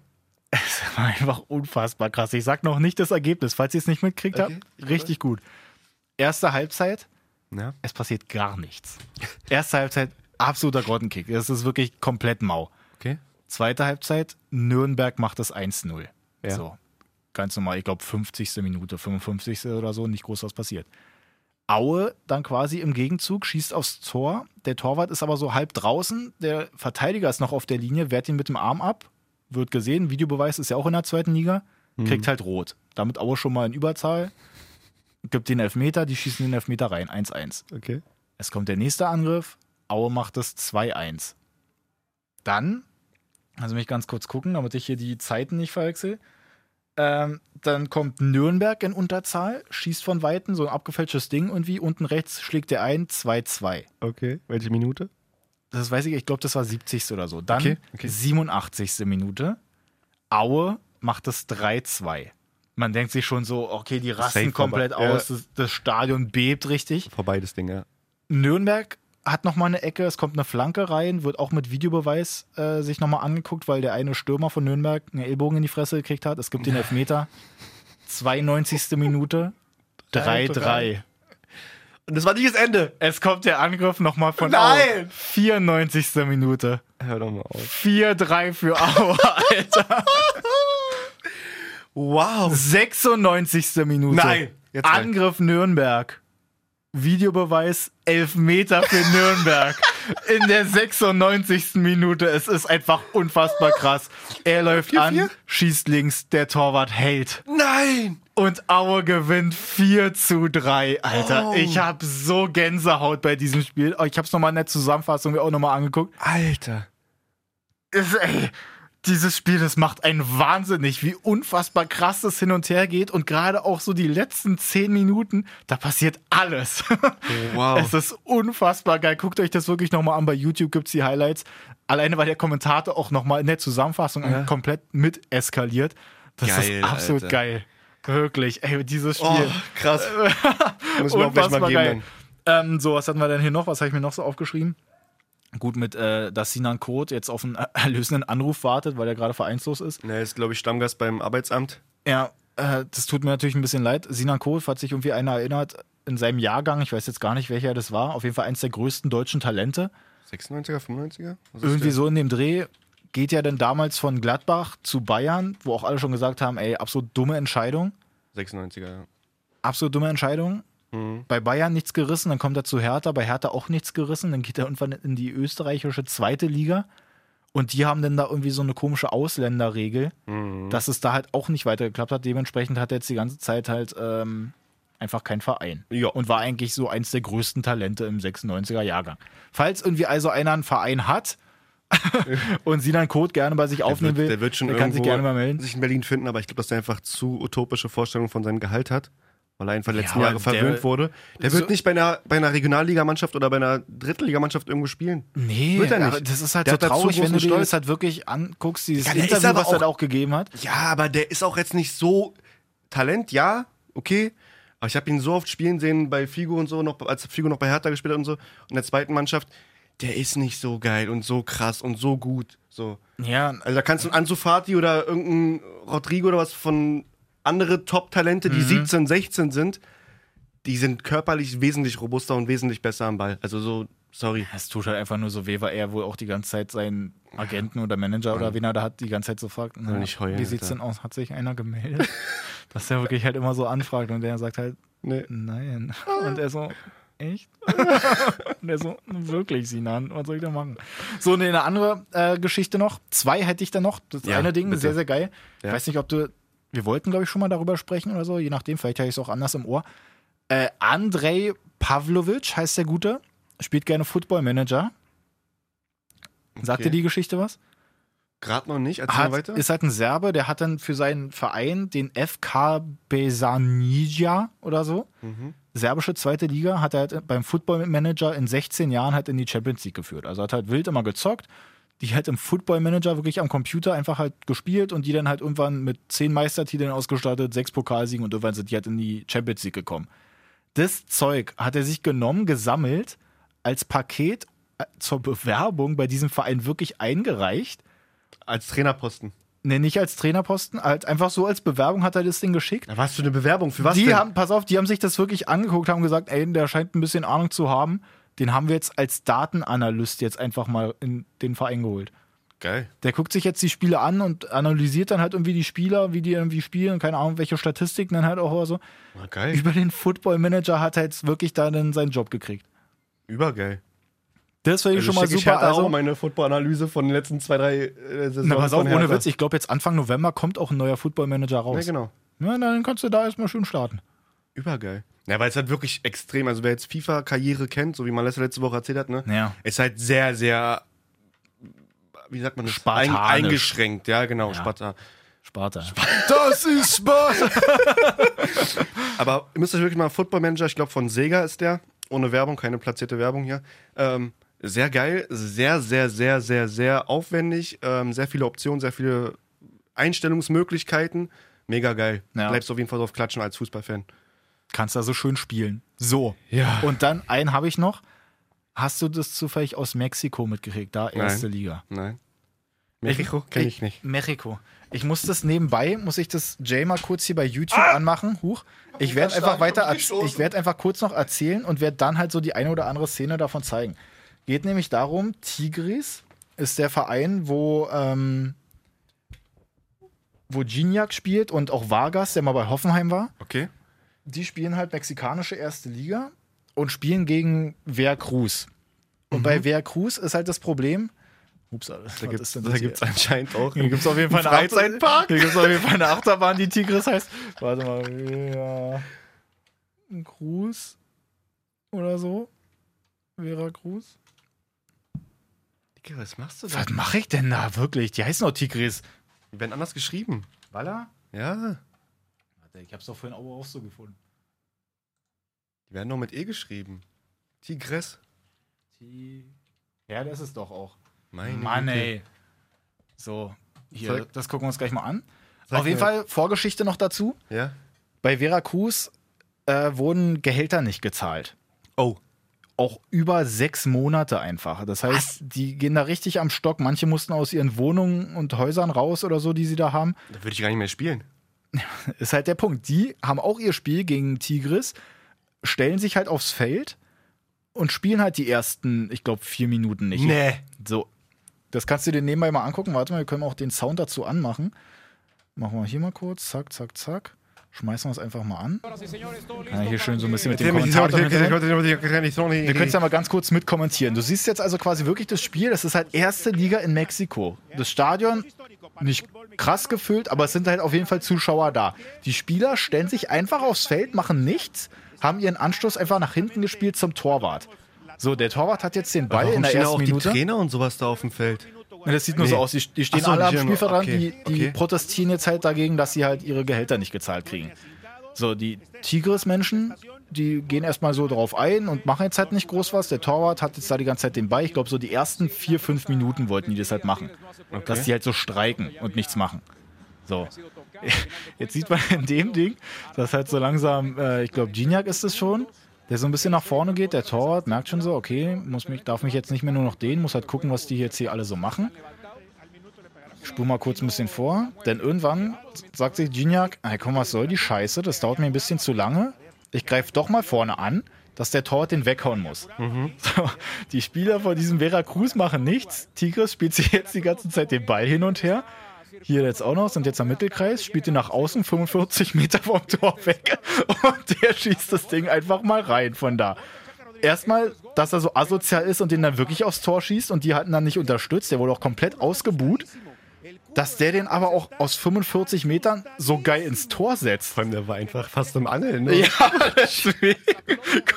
B: Das war einfach unfassbar krass. Ich sag noch nicht das Ergebnis, falls ihr es nicht mitkriegt
C: Okay, ich
B: habt. Richtig gut. Erste Halbzeit,
C: Ja.
B: es passiert gar nichts. Erste Halbzeit, absoluter Grottenkick. Das ist wirklich komplett mau.
C: Okay.
B: Zweite Halbzeit, Nürnberg macht das 1-0. So, ganz normal, ich glaube 50. Minute, 55. oder so, nicht groß was passiert. Aue dann quasi im Gegenzug schießt aufs Tor. Der Torwart ist aber so halb draußen. Der Verteidiger ist noch auf der Linie, wehrt ihn mit dem Arm ab, wird gesehen. Videobeweis ist ja auch in der zweiten Liga, kriegt halt rot. Damit Aue schon mal in Überzahl, gibt den Elfmeter, die schießen den Elfmeter rein. 1-1.
D: Okay.
B: Es kommt der nächste Angriff. Aue macht es 2-1. Dann, also mich ganz kurz gucken, damit ich hier die Zeiten nicht verwechsel. Ähm, dann kommt Nürnberg in Unterzahl, schießt von Weitem, so ein abgefälschtes Ding irgendwie. Unten rechts schlägt er ein, 2-2.
D: Okay, welche Minute?
B: Das weiß ich, ich glaube, das war 70. oder so. Dann
D: Okay,
B: 87. Minute. Aue macht es 3-2. Man denkt sich schon so, okay, die rasten
C: Safe
B: komplett
C: vorbei.
B: aus, das, das Stadion bebt richtig.
C: Vorbei das Ding, ja.
B: Nürnberg hat nochmal eine Ecke, es kommt eine Flanke rein, wird auch mit Videobeweis äh, sich nochmal angeguckt, weil der eine Stürmer von Nürnberg einen Ellbogen in die Fresse gekriegt hat. Es gibt den Elfmeter. 92. Minute. 3-3.
A: Und das war nicht das Ende.
B: Es kommt der Angriff nochmal von
A: Nein!
B: Aue. 94. Minute.
D: Hör doch mal auf.
B: 4-3 für Aue, Alter.
A: Wow.
B: 96. Minute.
A: Nein,
C: jetzt reicht's.
B: Angriff Nürnberg. Videobeweis, Elfmeter für Nürnberg. In der 96. Minute. Es ist einfach unfassbar krass. Er läuft an, schießt links, der Torwart hält.
A: Nein.
B: Und Aue gewinnt 4 zu 3. Alter, ich hab so Gänsehaut bei diesem Spiel. Oh, Ich hab's nochmal in der Zusammenfassung mir auch nochmal angeguckt.
A: Alter.
B: Es, ey, dieses Spiel, das macht einen wahnsinnig, wie unfassbar krass das hin und her geht. Und gerade auch so die letzten zehn Minuten, da passiert alles.
C: Wow.
B: Es ist unfassbar geil. Guckt euch das wirklich nochmal an. Bei YouTube gibt es die Highlights. Alleine, weil der Kommentator auch nochmal in der Zusammenfassung komplett mit eskaliert. Das
A: Geil,
B: ist absolut
A: Alter.
B: geil. Wirklich, ey, dieses Spiel.
C: Oh, krass.
B: Äh.
C: Muss mir auch gleich mal
B: Unfassbar
C: geben.
B: geil.
C: Dann.
B: Ähm, so, was hatten wir denn hier noch? Was habe ich mir noch so aufgeschrieben? Gut, mit äh, dass Sinan Kurt jetzt auf einen äh, erlösenden Anruf wartet, weil er gerade vereinslos ist.
C: Ne, ist, glaube ich, Stammgast beim Arbeitsamt.
B: Ja, äh, das tut mir natürlich ein bisschen leid. Sinan Kurt, falls sich irgendwie einer erinnert, in seinem Jahrgang, ich weiß jetzt gar nicht, welcher das war, auf jeden Fall eins der größten deutschen Talente.
C: 96er, 95er? Was ist
B: Irgendwie
C: der?
B: so in dem Dreh geht ja dann damals von Gladbach zu Bayern, wo auch alle schon gesagt haben, ey, absolut dumme Entscheidung.
C: 96er, ja.
B: absolut dumme Entscheidung.
C: Mhm.
B: Bei Bayern nichts gerissen, dann kommt er zu Hertha, bei Hertha auch nichts gerissen, dann geht er irgendwann in die österreichische zweite Liga und die haben dann da irgendwie so eine komische Ausländerregel,
C: Mhm.
B: dass es da halt auch nicht weitergeklappt hat. Dementsprechend hat er jetzt die ganze Zeit halt ähm, einfach keinen Verein
C: Ja.
B: und war eigentlich so eins der größten Talente im 96er Jahrgang. Falls irgendwie also einer einen Verein hat und Sinan Koth gerne bei sich aufnehmen will,
C: der wird schon
B: der kann
C: irgendwo
B: sich gerne mal melden.
C: sich in Berlin finden, aber ich glaube, dass er einfach zu utopische Vorstellungen von seinem Gehalt hat, weil er einfach in den letzten
B: aber
C: Jahre verwöhnt
B: der-
C: wurde. Der wird
B: so-
C: nicht bei einer, bei einer Regionalligamannschaft oder bei einer Drittligamannschaft irgendwo spielen.
B: Nee,
C: Wird er nicht.
B: aber das ist halt
C: Der
B: so
C: hat dazu
B: traurig, wenn
C: großen
B: du dir
C: Stolz.
B: das halt wirklich anguckst, dieses
C: Ja, der ist
B: Interview,
C: aber
B: was er
C: auch-
B: da auch gegeben hat.
C: Ja, aber der ist auch jetzt nicht so Talent, ja, okay. Aber ich habe ihn so oft spielen sehen bei Figo und so, noch, als Figo noch bei Hertha gespielt hat und so, und in der zweiten Mannschaft. Der ist nicht so geil und so krass und so gut. So.
B: Ja,
C: Also da kannst du einen Ansu Fati oder irgendeinen Rodrigo oder was von andere Top-Talente,
B: Mhm.
C: die 17, 16 sind, die sind körperlich wesentlich robuster und wesentlich besser am Ball. Also so, sorry.
B: es tut halt einfach nur so weh, weil er wohl auch die ganze Zeit seinen Agenten oder Manager oder wen er da hat, die ganze Zeit so fragt, na,
C: nicht heulen,
B: wie sieht's
C: Alter.
B: denn aus? Hat sich einer gemeldet? Dass er wirklich halt immer so anfragt und der sagt halt,
C: Nee.
B: nein.
C: Ah.
B: Und er so, echt? und er so, wirklich, Sinan, was soll ich da machen? So, nee, eine andere äh, Geschichte noch. Zwei hätte ich da noch. Das
C: Ja,
B: eine Ding,
C: bitte.
B: sehr, sehr geil.
C: Ja.
B: Ich weiß nicht, ob du, wir wollten, glaube ich, schon mal darüber sprechen oder so, je nachdem, vielleicht hatte ich es auch anders im Ohr. Äh, Andrei Pavlovic heißt der Gute, spielt gerne Football Manager. Sagt
C: Okay.
B: dir die Geschichte was?
C: Gerade noch nicht, erzähl mal
B: Hat,
C: weiter.
B: ist halt ein Serbe, der hat dann für seinen Verein den FK Besanija oder so
C: Mhm.
B: serbische zweite Liga hat er halt beim Football Manager in 16 Jahren halt in die Champions League geführt. Also hat halt wild immer gezockt. Die hat im Football Manager wirklich am Computer einfach halt gespielt und die dann halt irgendwann mit 10 Meistertiteln ausgestattet, 6 Pokalsiegen und irgendwann sind die halt in die Champions League gekommen. Das Zeug hat er sich genommen, gesammelt, als Paket äh, zur Bewerbung bei diesem Verein wirklich eingereicht
C: Als Trainerposten.
B: Ne, nicht als Trainerposten, halt einfach so als Bewerbung hat er das Ding geschickt.
C: Na, was für eine Bewerbung, für was
B: die
C: denn?
B: haben, pass auf, die haben sich das wirklich angeguckt, haben gesagt, ey, der scheint ein bisschen Ahnung zu haben. Den haben wir jetzt als Datenanalyst jetzt einfach mal in den Verein geholt.
C: Geil.
B: Der guckt sich jetzt die Spiele an und analysiert dann halt irgendwie die Spieler, wie die irgendwie spielen, keine Ahnung, welche Statistiken dann halt auch oder so.
C: Na, geil.
B: Über den Football Manager hat er jetzt wirklich da dann seinen Job gekriegt.
C: Übergeil.
B: Das finde ich schon mal
C: schicke
B: super.
C: Hertha auch
B: Also,
C: meine Football-Analyse von den letzten zwei, drei äh, Saisons.
B: na, pass auf,
C: von
B: ohne
C: Hertha.
B: Witz, ich glaube jetzt Anfang November kommt auch ein neuer Football Manager
C: Ja,
B: raus.
C: genau.
B: Na, dann kannst du da erstmal schön starten.
C: Übergeil. Ja, weil es halt wirklich extrem, also wer jetzt FIFA-Karriere kennt, so wie man letzte, letzte Woche erzählt hat, ne?
B: Ja.
C: Ist halt sehr, sehr, wie sagt man das?
B: Spartanisch.
C: eingeschränkt, ja, genau, Sparta.
E: Sparta.
B: Das ist Spaß!
C: Aber ihr müsst euch wirklich mal Football Manager, ich glaube von Sega ist der, ohne Werbung, keine platzierte Werbung hier. Ähm, sehr geil, sehr, sehr, sehr, sehr, sehr aufwendig, ähm, sehr viele Optionen, sehr viele Einstellungsmöglichkeiten. Mega geil.
B: Ja.
C: Bleibst auf jeden Fall drauf klatschen als Fußballfan.
B: Kannst da so schön spielen. So.
C: Ja.
B: Und dann einen habe ich noch. Hast du das zufällig aus Mexiko mitgekriegt? Da erste Liga.
C: Nein. Mexiko kenne ich nicht.
B: Mexiko. Ich muss das nebenbei, muss ich das Jay mal kurz hier bei YouTube anmachen. Huch. Ich werde
A: Ganz
B: einfach
A: stark,
B: weiter,
A: ich hab mich
B: erz- ich werde einfach kurz noch erzählen und werde dann halt so die eine oder andere Szene davon zeigen. Geht nämlich darum, Tigris ist der Verein, wo, ähm, wo Gignac spielt und auch Vargas, der mal bei Hoffenheim war.
C: Okay.
B: die spielen halt mexikanische erste Liga und spielen gegen Veracruz. Und bei Veracruz ist halt das Problem. Ups, alles
C: Da gibt es anscheinend auch.
B: hier gibt's auf jeden Fall eine
C: einen
B: Freizeitpark. Hier gibt's auf jeden Fall eine Achterbahn, die Tigris heißt. Warte mal, Vera Cruz oder so. Vera Cruz.
C: Digga, was machst du da?
B: Was mache ich denn da wirklich? Die heißen doch Tigris.
C: Die werden anders geschrieben.
B: Walla?
C: Ja.
E: Warte, ich hab's doch vorhin aber auch so gefunden.
C: Die werden doch mit E geschrieben. Tigres.
B: Ja, das ist doch auch.
C: Meine
B: Mann,
C: Güte.
B: ey. So, hier,
C: Zeig-
B: das gucken wir uns gleich mal an.
C: Zeig
B: Auf jeden
C: mir.
B: Fall Vorgeschichte noch dazu.
C: Ja.
B: Bei Veracruz äh, wurden Gehälter nicht gezahlt.
C: Oh.
B: Auch über sechs Monate einfach. Das heißt, die gehen da richtig am Stock. Manche mussten aus ihren Wohnungen und Häusern raus oder so, die sie da haben.
C: Da würde ich gar nicht mehr spielen.
B: Ist halt der Punkt. Die haben auch ihr Spiel gegen Tigris, stellen sich halt aufs Feld und spielen halt die ersten, ich glaube, vier Minuten nicht.
C: Nee.
B: So. Das kannst du dir nebenbei mal angucken. Warte mal, wir können auch den Sound dazu anmachen. Machen wir hier mal kurz. Zack, zack, zack. Schmeißen wir es einfach mal an. Ja, hier schön so ein bisschen mit dem Kommentator. im Hintergrund. Wir können es ja mal ganz kurz mitkommentieren. Du siehst jetzt also quasi wirklich das Spiel. Das ist halt erste Liga in Mexiko. Das Stadion nicht krass gefüllt, aber es sind halt auf jeden Fall Zuschauer da. Die Spieler stellen sich einfach aufs Feld, machen nichts, haben ihren Anstoß einfach nach hinten gespielt zum Torwart. So, der Torwart hat jetzt den Ball
C: Warum
B: in der
C: stehen da
B: ersten
C: auch die
B: Minute.
C: Trainer und sowas da auf dem Feld?
B: Ja, das sieht nur so aus. Die, die stehen
C: Ach so,
B: alle
C: die
B: am
C: stehen-
B: Spielfeldrand,
C: okay,
B: die, die
C: okay.
B: protestieren jetzt halt dagegen, dass sie halt ihre Gehälter nicht gezahlt kriegen. So, die Tigris-Menschen, die gehen erstmal so drauf ein und machen jetzt halt nicht groß was. Der Torwart hat jetzt da die ganze Zeit den Ball. Ich glaube, so die ersten vier, fünf Minuten wollten die das halt machen. Dass die halt so streiken und nichts machen. So. Jetzt sieht man in dem Ding, dass halt so langsam, äh, ich glaube, Gignac ist es schon, der so ein bisschen nach vorne geht. Der Torwart merkt schon so, okay, muss mich, darf mich jetzt nicht mehr nur noch den, muss halt gucken, was die jetzt hier alle so machen. Ich Spur mal kurz ein bisschen vor, denn irgendwann sagt sich Gignac, hey, komm, was soll die Scheiße, das dauert mir ein bisschen zu lange. Ich greife doch mal vorne an, dass der Torwart den weghauen muss. So, die Spieler von diesem Veracruz machen nichts. Tigres spielt sich jetzt die ganze Zeit den Ball hin und her. Hier jetzt auch noch, sind jetzt am Mittelkreis, spielt ihn nach außen 45 Meter vom Tor weg und der schießt das Ding einfach mal rein von da. Erstmal, dass er so asozial ist und den dann wirklich aufs Tor schießt und die hatten dann nicht unterstützt, der wurde auch komplett ausgebuht. Dass der den aber auch aus 45 Metern so geil ins Tor setzt.
C: Vor allem, der war einfach fast im Angeln. Ne?
B: Ja, deswegen.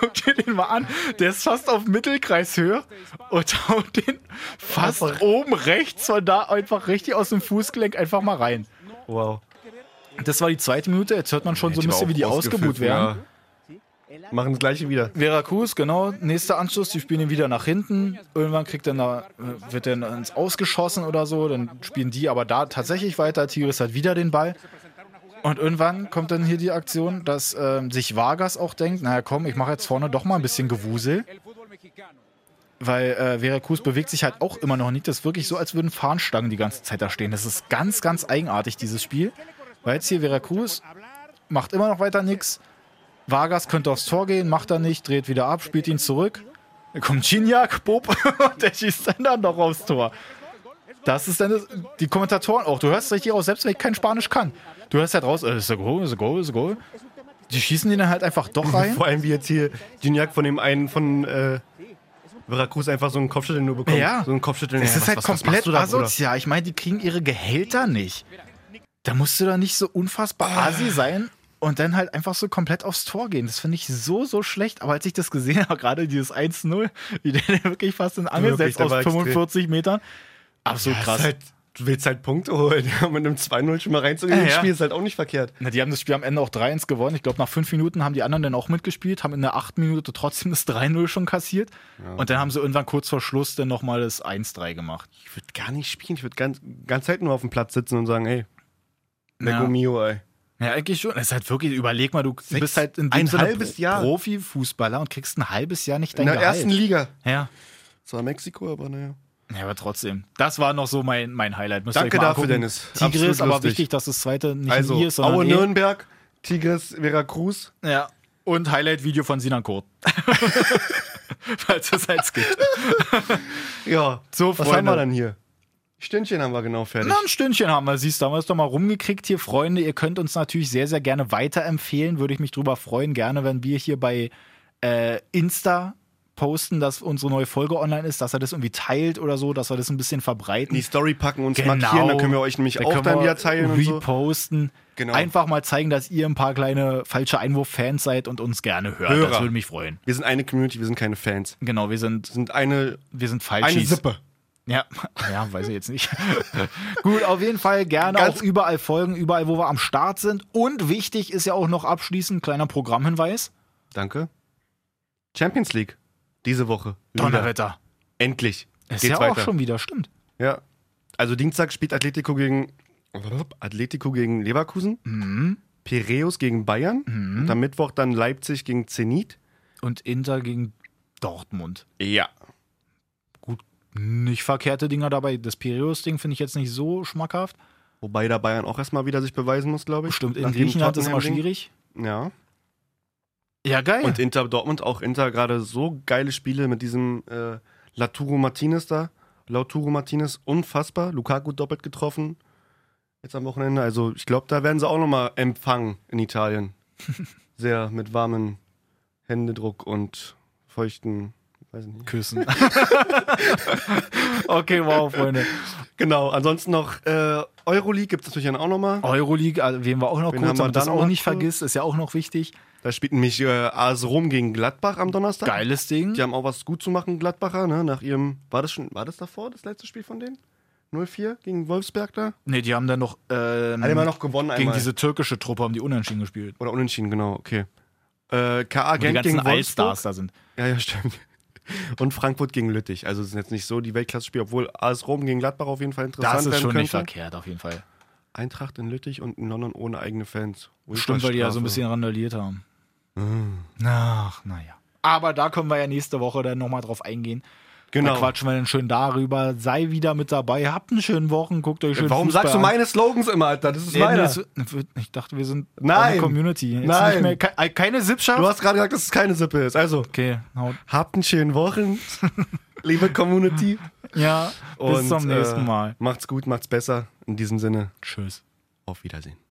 B: Guck dir den mal an. Der ist fast auf Mittelkreishöhe und haut den fast oben rechts von da einfach richtig aus dem Fußgelenk einfach mal rein.
C: Wow.
B: Das war die zweite Minute. Jetzt hört man schon so ein bisschen, wie die ausgebuht werden.
C: Ja. Machen das gleiche wieder.
B: Veracruz, genau. Nächster Anschluss, die spielen ihn wieder nach hinten. Irgendwann kriegt er na, äh, wird er ins Ausgeschossen oder so. Dann spielen die aber da tatsächlich weiter. Tigris hat wieder den Ball. Und irgendwann kommt dann hier die Aktion, dass ähm, sich Vargas auch denkt, naja komm, ich mache jetzt vorne doch mal ein bisschen Gewusel. Weil äh, Veracruz bewegt sich halt auch immer noch nicht. Das ist wirklich so, als würden Fahnenstangen die ganze Zeit da stehen. Das ist ganz, ganz eigenartig, dieses Spiel. Weil jetzt hier Veracruz macht immer noch weiter nichts. Vargas könnte aufs Tor gehen, macht er nicht, dreht wieder ab, spielt ihn zurück. Dann kommt Gignac, Bob, und der schießt dann, dann noch aufs Tor. Das ist dann das, die Kommentatoren auch. Du hörst richtig raus, selbst wenn ich kein Spanisch kann. Du hörst halt raus, äh, ist a goal, ist a goal, ist a goal. Die schießen den dann halt einfach doch rein.
C: Vor allem, wie jetzt hier Gignac von dem einen von äh, Veracruz einfach so einen Kopfschütteln nur bekommt.
B: Ja.
C: So einen Kopfschütteln.
B: Es
C: Ja,
B: ist
C: was-
B: halt
C: was- was
B: komplett
C: machst du da, Bruder?
B: asozial. Ich meine, die kriegen ihre Gehälter nicht. Da musst du da nicht so unfassbar
C: Ah.
B: asi sein und dann halt einfach so komplett aufs Tor gehen. Das finde ich so, so schlecht. Aber als ich das gesehen habe, gerade dieses 1-0, wie der da wirklich fast in Angel
C: Wirklich,
B: setzt
C: der
B: aus
C: war extrem.
B: 45 Metern. Absolut
C: Das
B: krass.
C: ist halt
D: Du willst halt Punkte holen. Ja, mit einem 2-0 schon mal reinzugehen,
A: Ja,
D: das
A: ja.
D: Spiel ist halt auch nicht verkehrt.
B: Na, die haben das Spiel am Ende auch 3-1 gewonnen. Ich glaube, nach fünf Minuten haben die anderen dann auch mitgespielt, haben in der achten Minute trotzdem das 3-0 schon kassiert. Und dann haben sie irgendwann kurz vor Schluss dann nochmal das 1-3 gemacht.
D: Ich würde gar nicht spielen. Ich würde ganz, ganz selten nur auf dem Platz sitzen und sagen, ey,
B: Ja.
D: Lego Mio, ey.
B: Ja, eigentlich schon. Es ist halt wirklich, überleg mal, du bist halt in dem
D: ein
B: Sinne
D: halbes
B: Pro-
D: Jahr.
B: Profifußballer und kriegst ein halbes Jahr nicht dein
D: In der
B: Gehalt.
D: ersten Liga.
B: ja.
C: Zwar Mexiko, aber naja.
B: ja, aber trotzdem. Das war noch so mein, mein Highlight. Müsst ihr
D: Danke
B: euch mal
D: dafür,
B: angucken.
D: Dennis.
B: Tigris,
D: Absolut
B: aber
D: lustig.
B: wichtig, dass das zweite nicht
D: Also,
B: hier ist, sondern
D: Aue
B: eh-
D: Nürnberg, Tigres, Veracruz.
B: Ja. Und Highlight-Video von Sinan Kurt. Falls es eins gibt.
D: Ja,
B: So,
D: was
B: Freunde.
D: haben wir dann hier? Stündchen haben wir genau fertig.
B: Na, ein Stündchen haben wir, siehst du, haben wir es doch mal rumgekriegt hier, Freunde. Ihr könnt uns natürlich sehr, sehr gerne weiterempfehlen. Würde ich mich drüber freuen, gerne, wenn wir hier bei äh, Insta posten, dass unsere neue Folge online ist, dass er das irgendwie teilt oder so, dass wir das ein bisschen verbreiten.
C: Die Story packen, uns
B: Genau.
C: markieren, dann können wir euch nämlich
B: Da
C: auch
B: können
C: dann
B: wir
C: wieder teilen und so.
B: Reposten.
C: Genau.
B: Einfach mal zeigen, dass ihr ein paar kleine falsche Einwurf-Fans seid und uns gerne hört.
C: Hörer.
B: Das würde mich freuen.
C: Wir sind eine Community, wir sind keine Fans.
B: Genau, wir sind,
C: Wir sind eine,
B: wir sind
C: eine
B: Falschis.
C: Sippe.
B: Ja, ja, weiß ich jetzt nicht. Gut, auf jeden Fall gerne
C: Ganz-
B: auch überall folgen, überall, wo wir am Start sind. Und wichtig ist ja auch noch abschließend kleiner Programmhinweis.
C: Danke. Champions League. Diese Woche. Wieder.
B: Donnerwetter.
C: Endlich.
B: Ist
C: Geht's
B: ja auch
C: weiter.
B: schon wieder, stimmt.
C: Ja. Also Dienstag spielt Atletico gegen Atletico gegen Leverkusen,
B: Mhm.
C: Piräus gegen Bayern und am Mittwoch dann Leipzig gegen Zenit.
B: Und Inter gegen Dortmund.
C: Ja.
B: Nicht verkehrte Dinger dabei. Das Piräus-Ding finde ich jetzt nicht so schmackhaft.
C: Wobei da Bayern auch erstmal wieder sich beweisen muss, glaube ich.
B: Stimmt, in
C: Nach dem
B: Griechenland ist immer
C: Tottenham-Ding.
B: schwierig.
C: Ja.
B: Ah, Ja, geil.
C: Und Inter Dortmund auch Inter gerade so geile Spiele mit diesem äh, Laturo Martinez da. Lautaro Martinez unfassbar, Lukaku doppelt getroffen. Jetzt am Wochenende, also ich glaube, da werden sie auch nochmal empfangen in Italien. Sehr mit warmen Händedruck und feuchten, weiß nicht.
B: Küssen. okay, wow, Freunde.
C: Genau, ansonsten noch äh, Euroleague gibt es natürlich dann auch nochmal.
B: Euroleague, also wen wir auch noch
C: Wen haben
B: kurz,
C: wir
B: damit das
C: da
B: auch
C: noch
B: nicht
C: kurz?
B: vergisst, ist ja auch noch wichtig.
C: Da spielt nämlich äh, AS Rom gegen Gladbach am Donnerstag.
B: Geiles Ding.
C: Die haben auch was gut zu machen, Gladbacher, ne? Nach ihrem. War das schon, war das davor, das letzte Spiel von denen? 0-4 gegen Wolfsberg da?
B: Nee, die haben dann noch, ähm,
C: Hat immer noch gewonnen
B: gegen
C: einmal.
B: diese türkische Truppe haben die unentschieden gespielt.
C: Oder unentschieden, genau, okay. Äh, KA
B: Wo die
C: Genk
B: ganzen
C: gegen
B: Allstars
C: Wolfsburg.
B: da sind.
C: Ja, ja, stimmt. Und Frankfurt gegen Lüttich. Also es sind jetzt nicht so die Weltklasse-Spiele, obwohl AS Rom gegen Gladbach auf jeden Fall interessant
B: Das ist
C: werden
B: schon
C: könnte.
B: nicht verkehrt, auf jeden Fall.
C: Eintracht in Lüttich und in London ohne eigene Fans. Hm.
B: Stimmt, weil die ja so ein
C: Ultrastrafe.
B: bisschen randaliert haben. Ach, naja. Aber da können wir ja nächste Woche dann nochmal drauf eingehen. Da
C: Genau.
B: quatschen wir dann schön darüber. Sei wieder mit dabei. Habt einen schönen Wochen. Guckt euch schön
C: Warum
B: Fußball
C: sagst du
B: an.
C: meine Slogans immer, Alter? Das ist
B: Nee,
C: meiner.
B: das- Ich dachte, wir sind eine
C: Nein.
B: Community. Jetzt
C: Nein.
B: Nicht mehr, ke- äh, keine Sippschaft.
C: Du hast gerade gesagt, dass es keine Sippe ist. Also,
B: okay, haut.
C: habt einen schönen Wochen, liebe Community.
B: Ja, bis
C: Und,
B: zum nächsten
C: äh,
B: Mal.
C: Macht's gut, macht's besser. In diesem Sinne,
B: Tschüss.
C: auf Wiedersehen.